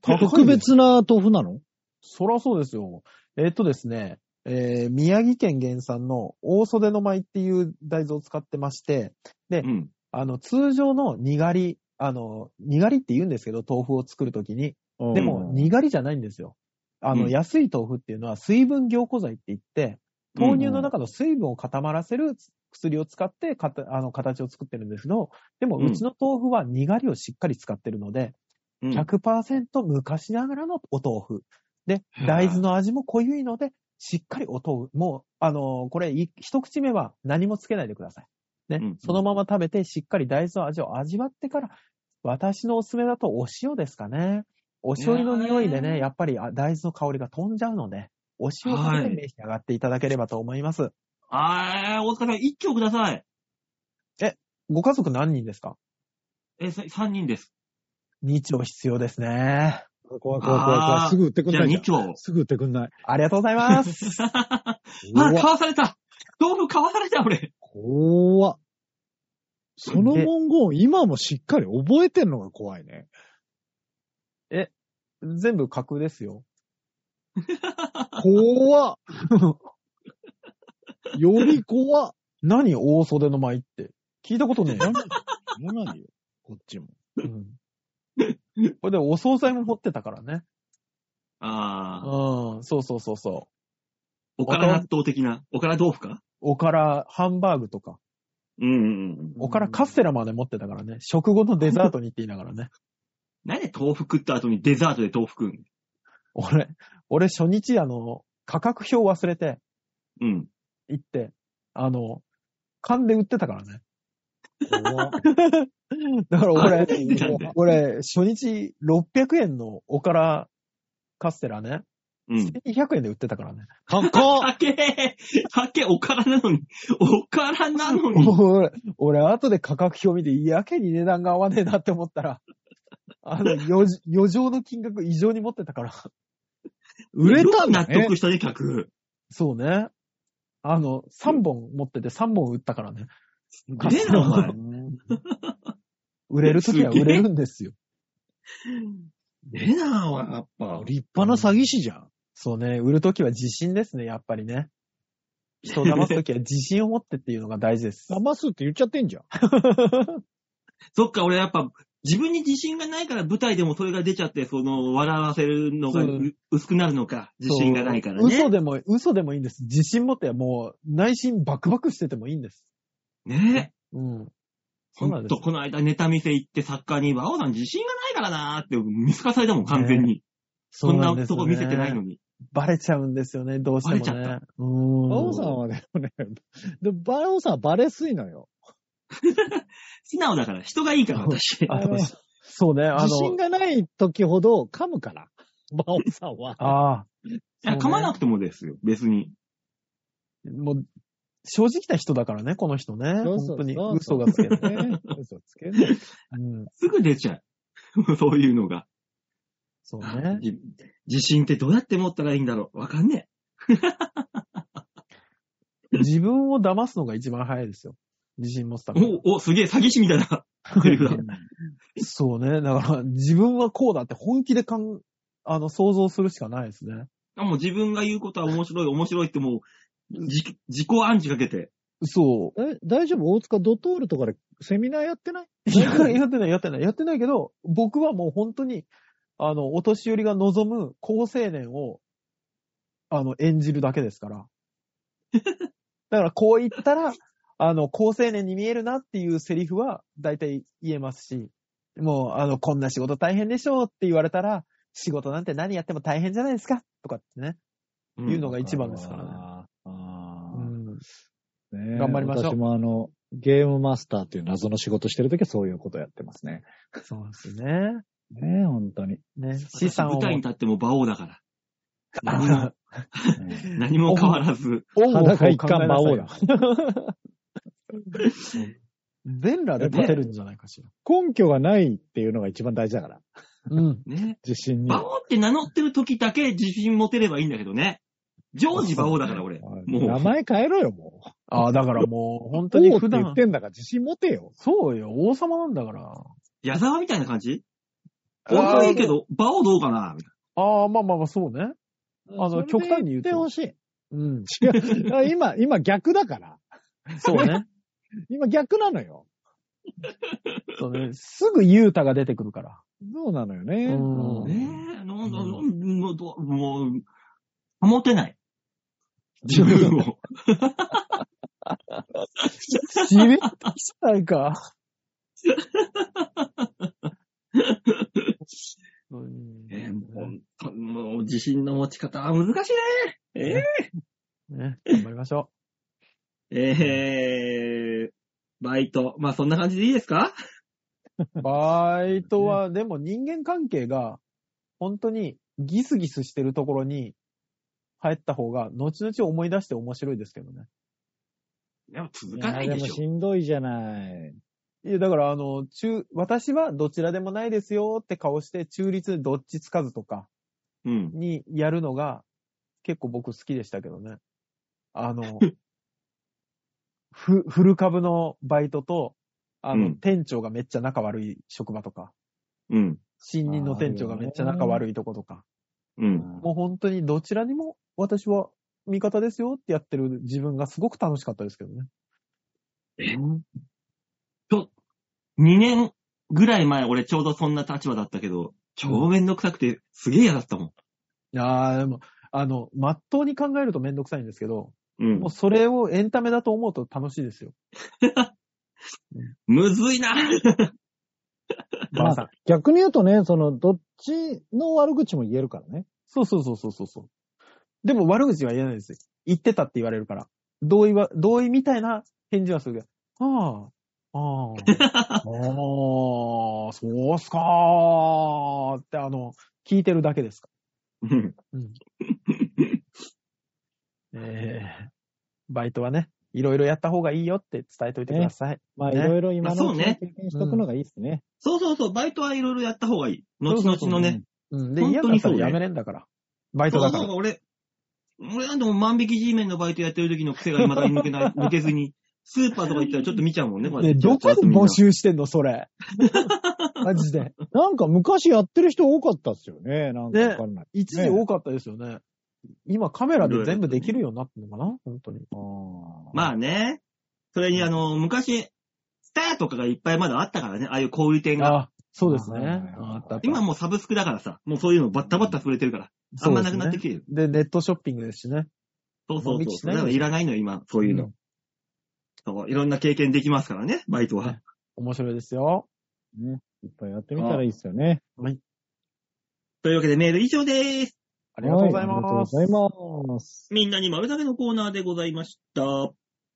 D: 特別な豆腐なの
C: そらそうですよ。えっとですね、えー宮城県原産の大袖の舞っていう大豆を使ってまして、
B: うん。
C: あの、通常のにがり、あの、にがりって言うんですけど、豆腐を作るときに。でも、にがりじゃないんですよ。あの、
B: うん
C: 安い豆腐っていうのは水分凝固剤って言って、豆乳の中の水分を固まらせる薬を使ってかた、あの、形を作ってるんですけど、でも、
B: うん
C: うちの豆腐はにがりをしっかり使ってるので、
B: うん
C: 100%昔ながらのお豆腐。で
B: へ、ー
C: 大豆の味も濃ゆいので、しっかりお豆腐。もう、あのーこれ、い一口目は何もつけないでください。ね、
B: うん
C: そのまま食べて、しっかり大豆の味を味わってから、私のおすすめだとお塩ですかね。お醤油の匂いで
B: ね
C: ね、やっぱりあ大豆の香りが飛んじゃうので、お塩をかけ
B: は
C: て
B: い
C: 召し上がっていただければと思います。
B: あー、大塚さん一丁ください。
C: ご家族何人ですか
B: え、さ三人です。
C: ?2 丁必要ですね。
D: 怖い怖い怖い怖
B: あー
D: い。すぐ売ってくん
B: じゃあ
D: ないじゃ
B: 二
D: ん。
B: 丁。
D: すぐ売ってくんない。
C: ありがとうございます。
B: (laughs) あ、
D: 怖
B: 買
D: っ
B: わされた豆腐買わされた俺。
D: 怖っその文言を今もしっかり覚えてんのが怖いね。
C: 全部架空ですよ。 (laughs)
D: 怖っより怖っ
C: 何大袖の舞って。聞いたことね
B: (laughs)
C: えよ。
D: もうないよ。こっちも。
C: うんこれでお惣菜も持ってたからね。
B: あー、
C: うん、そうそうそうそう。
B: おから納豆的な、おから豆腐か
C: おからハンバーグとか、
B: うんうんうん。
C: おからカステラまで持ってたからね。食後のデザートにって言いながらね。 (laughs)
B: なんで豆腐食った後にデザートで豆腐食うん
C: 俺、俺初日あの、価格表忘れて
B: うん。
C: 行って、あの、勘で売ってたからね。
D: 怖っ
C: だから俺
B: 勘でなんで、
C: 俺、初日600円のおからカステラね、
B: うん。
C: 1200円で売ってたからね。
D: 高っ
B: はけはけおからなのに。おからなのに。
C: 俺、 (laughs) 俺、後で価格表見て、やけに値段が合わねえな (laughs) って思ったら、あの、余剰余剰の金額異常に持ってたから、
D: 売れたんだ
B: 納
D: ね
B: 得したね、客。
C: (laughs) そうね。あの、3本持ってて3本売ったからね。
B: 売れな、お
C: (laughs)
B: 前。
C: 売れるときは売れるんですよ。
B: 売れな、お前、やっぱ。
D: 立派な詐欺師じゃん。
C: そうね。売るときは自信ですね、やっぱりね。人を騙すときは自信を持ってっていうのが大事です。
D: 騙すって言っちゃってんじゃん。
B: そっか、俺やっぱ、自分に自信がないから舞台でもそれが出ちゃって、その、笑わせるのが
C: そう
B: う薄くなるのか、 (laughs) 自信がないから
C: そう嘘
B: ね。
C: でも、嘘でもいいんです。自信持って、もう、内心バクバクしててもいいんです。
B: ねえ。
C: うん。そ
B: ほ
C: うなん
B: ん
C: です
B: と、。この間ネタ見せ行ってサッカーに、バオさん自信がないからなーって見透かされたもん、完全に。そんなとこ見せてないの
C: に。
B: に。
C: バレちゃうんですよね、どうしてもね。
B: バレちゃっ
C: うーん。
D: バオさんはね、でもねでバオさんはバレすいのよ。
B: 素直だから、人がいいから、私。
C: あ
D: あの
C: のそうね、あ
D: 自信
C: の、
D: がない時ほど噛むから。バオさんは。
C: あ
B: いや、
C: そうね
B: 噛まなくてもですよ、別に。
C: あ、もう、正直な人だからね、この人ね。
D: そうそうそ
C: 本
D: う
C: 当に嘘がつけ
D: (laughs)
C: ない。
D: ね嘘つけない。
C: うん。
B: すぐ出ちゃう。 (laughs) そういうのが。
C: そうね。
B: じ自信ってどうやって持ったらいいんだろうわかんね
C: 自分を騙すのが一番早いですよ。自信持つた
B: え。
C: めには。
B: お、お、すげえ、詐欺師みたい
C: (laughs)
B: な。セリフだ
C: そうね。だから、自分はこうだって本気でかん、あの、想像するしかないですね。
B: あもう自分が言うことは面白い、面白いってもう、じ自己暗示かけて。
C: そ。
D: え大丈夫大塚ドトールとかでセミナーやってないう
B: (laughs)
C: いや、やってない、やってない、やってないけど、僕はもう本当に、あの、お年寄りが望む高青年を、あの、演じるだけです
B: (laughs)
C: から。だから、こう言ったら、あの、高青年に見えるなっていうセリフは、大体言えますし、もう、あの、こんな仕事大変でしょうって言われたら、仕事なんて何やっても大変じゃないですかとかってね、言うのが一番ですからね。
D: あーあ
C: うん
D: ーねえ
C: 頑張りましょう
D: 私もあの、ゲームマスターっていう謎の仕事してるときはそういうことやってますね。
C: そうですね。
D: ねえ、本
C: (laughs)
D: 当に。
C: ね、資
B: 私
C: 産
B: 舞
C: を。
B: 台に立っても馬王だ
C: (laughs)
B: から。何も
C: あ、
B: 何も変わらず。
C: 王
D: 裸一
C: 考え
D: 貫
C: な
D: 魔
C: さい
D: 王
C: よ
D: だ。。
C: 全裸で立てるんじゃないかしら。
D: 根拠がないっていうのが一番大事だから。
C: うん。
B: ね。
D: 自信に。
B: 馬王って名乗ってる時だけ自信持てればいいんだけどね。常時馬王だから俺。
D: はい
B: もう
D: 名前変えろよ、もう。
C: ああ、だからもう、本当
D: 王
C: に
D: って
C: 普
D: 言
C: 段
D: っ。てんだから自信持てよ。
C: そうよ、王様なんだから。
B: 矢沢みたいな感じ俺はいいけど、馬王どうかなみたい
C: ああ、まあまあまあ、そうね。あの
D: それで
C: 極端に言うと
D: ってほしい。
C: うん。
D: 違う。今、今逆だから。
C: そうね。
D: 今逆なのよ。
C: そうね。すぐユータが出てくるから。
D: そうなのよね。
C: うん
B: な。 (laughs) ねえ、なんだ、なんだどうもう、保てない。自分を。
C: しびったし (laughs) ないか。 (laughs) うん
B: えーもう、もう自信の持ち方は難しいね。えー
C: ね、頑張りましょ
B: えー、バイト。まあ、そんな感じでいいですか (laughs)
C: う。バイトは、でも人間関係が、本当にギスギスしてるところに入った方が、後々思い出して面白いですけどね。
B: でも続
D: い
B: か
D: や
B: ない
D: で
B: で
D: も
B: しょ。
D: しんどいじゃない。
C: いや、だから、あの、中、私はどちらでもないですよって顔して、中立どっちつかずとか
B: うん。
C: にやるのが、結構僕好きでしたけどね。あの、ふ、フル株のバイトと、あ
B: う
C: の、
B: ん
C: 店長がめっちゃ仲悪い職場とか、
B: うん。
C: 新任の店長がめっちゃ仲悪いとことか、
B: うん。
C: もう本当にどちらにも私は味方ですよってやってる自分がすごく楽しかったですけどね。
B: え2年ぐらい前、俺ちょうどそんな立場だったけど、超めんどくさくて、すげえ嫌だったも
C: ああ、でも、あの、まっとうに考えるとめんどくさいんですけど、
B: ん。うん
C: もう。それをエンタメだと思うと楽しいですよ。
B: むずいな
D: まあ
C: ばあさん。
D: 逆に言うとね、その、どっちの悪口も言えるからね。
C: そうそうそうそうそうそう。でも悪口は言えないですよ。言ってたって言われるから。同意は、同意みたいな返事はするけど、ああ、あ (laughs) あ、ああ、そうっすかーってあの、聞いてるだけですか。
B: うん
C: うん。 (laughs) ええバイトはね、いろいろやった方がいいよって伝えといてください。
D: まあ、い
C: ね
D: ろいろ今の
B: まあそう
D: うちに
B: ね
D: 経験しとくのがいいですね。
B: そうそうそう、バイトはいろいろやった方がいい。後々のね。
C: うん。で、
B: 本
C: 嫌
B: 当
C: だっ
B: に
C: た
B: そうね
C: らやめれんだから。バイトだか
B: そう
C: ら。
B: そう俺、俺なんてもう万引き G メンのバイトやってる時の癖が未だに抜けない、抜けず (laughs) に、スーパーとか行ったらちょっと見ちゃうもんね、こ
C: ね、
B: れ。
C: どこで募集してんの、
B: (laughs)
C: それ。マジで。
D: なんか昔やってる人多かったっすよね。なんかわかんない。
C: 一時多かったですよね。今カメラで全部できるようになってんのかな本当に。
D: あー
B: まあね。それにあの、昔、スターとかがいっぱいまだあったからね、ああいう小売店が。
C: あ、そうですね。
D: あ
C: あったあった
B: 今もうサブスクだからさ、もうそういうのバッタバッタ触れてるから、あんまなくなってきてる。
C: で、ネットショッピングですしね。
B: そうそう
C: 万引
B: そ
C: き
B: う。
C: し
B: そ
C: ない
B: れ
C: でしょ
B: はいらないのよ、今、そういうの、
C: うん
B: そう。いろんな経験できますからね、バイトは。
C: ね面白いですよ。
D: ね。いっぱいやってみたらいいっすよね。
B: というわけでメール以上です。
C: ありがとうござい
D: はありがとうご
C: ます。
D: ざいます。
B: みんなに丸投げのコーナーでございました。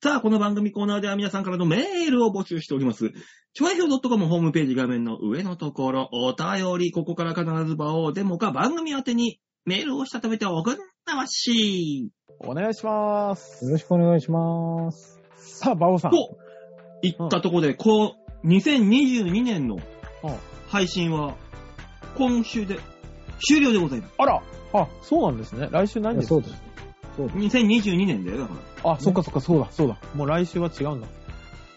B: さあ、この番組コーナーでは皆さんからのメールを募集しております。ちょわひょう .com ホームページ画面の上のところ、お便り、ここから必ず場をデモか番組宛てにメールをしたためておくんなわし。
C: お願いします。
D: よろしくお願いします。
C: さあ、バオさん。
B: と、いったとこで、こう、2022年の
C: うん
B: 配信は、今週で終了でございます。
C: あらあ、そうなんですね。来週ないん
D: い
C: で
D: や
C: す
D: そうです。
B: 2022年だよ、だから。
C: あ、そっかそっか、そうだ、そうだ。もう来週は違うんだ。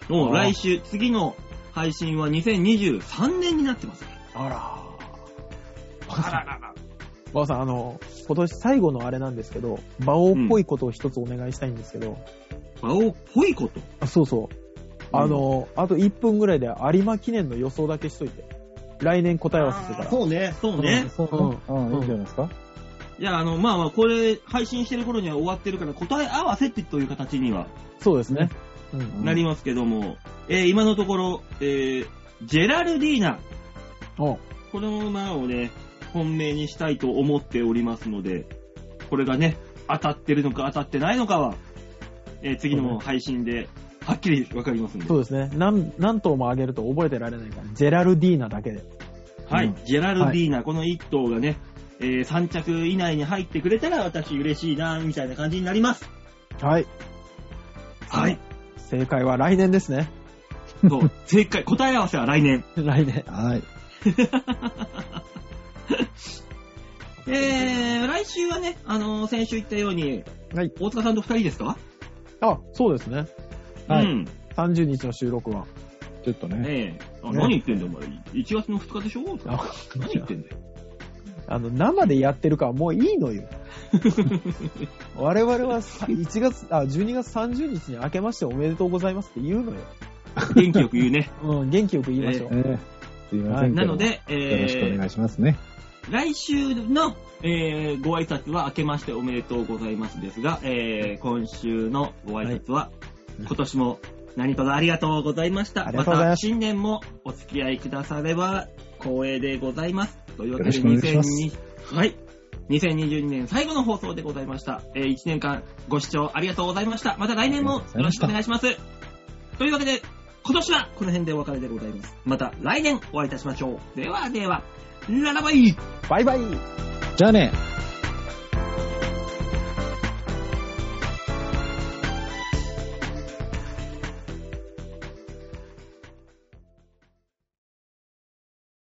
B: もう
C: あー
B: 来週、次の配信は2023年になってます。
C: あら
B: あららら。
C: バオさん、あの、今年最後のあれなんですけど、バオっぽいことを一つお願いしたいんですけど、
B: 馬王っぽいこと。
C: あそうそう。あの、あと1分ぐらいで有馬記念の予想だけしといて。来年答え合わせするから。
B: うね。そうね
D: ね。。そうね。うん、いいんじゃないですか。
B: いや、あの、まあまあ、これ、配信してる頃には終わってるから、答え合わせってという形には
C: そうですね。うん。
B: なりますけども、えー今のところ、えージェラルディーナ、
C: お
B: この馬をね、本命にしたいと思っておりますので、これがね、当たってるのか当たってないのかは、えー次の配信で、はっきりわかりますんで。
C: そうですね。何、何頭もあげると覚えてられないから、ジェラルディーナだけで。
B: はい、
D: うん
B: ジェラルディーナ、この1頭がね、えー3着以内に入ってくれたら私嬉しいな、みたいな感じになります。
C: はい。
B: はい。
C: 正解は来年ですね。 (laughs)
B: そう、正解、答え合わせは来年。
C: 来年。
D: はい。
B: えー、来週はね、あのー先週言ったように、
C: はい
B: 大塚さんと2人ですか
C: あ、そうですね。
D: はい
B: うん。
C: 30日の収録は。
D: ちょっとね。
B: ねえ。あ、
D: ね
B: 何言ってんだよ、お前。1月の2日でしょ
C: あ
B: 何言ってんだよ。
C: あの、生でやってるからもういいのよ。 (laughs) 我々はさ1月、あ、12月30日に明けましておめでとうございますって言うのよ。
B: 元気よく言う
D: (laughs)
B: ね。
C: うん、元気よく言いましょう。
D: ええすいませんけど。
B: なの、で、え
D: よろしくお
B: ー
D: 願、いしますね。
B: 来週の、えー、ご挨拶は明けましておめでとうございますですが、えー、今週のご挨拶は、今年も何卒ありがとうございました。
C: ありがとうございます
B: た新年もお付き合いくだされば光栄でございます。というわけで、
D: よろしくお願い
B: 2020
D: し
B: はい。2022年最後の放送でございました。えー、1年間ご視聴ありがとうございました。また来年もよろしくお願いします。というわけで、今年はこの辺でお別れでございます。また来年お会いいたしましょう。ではでは、ララバイ
C: バイバイ
D: じゃあね。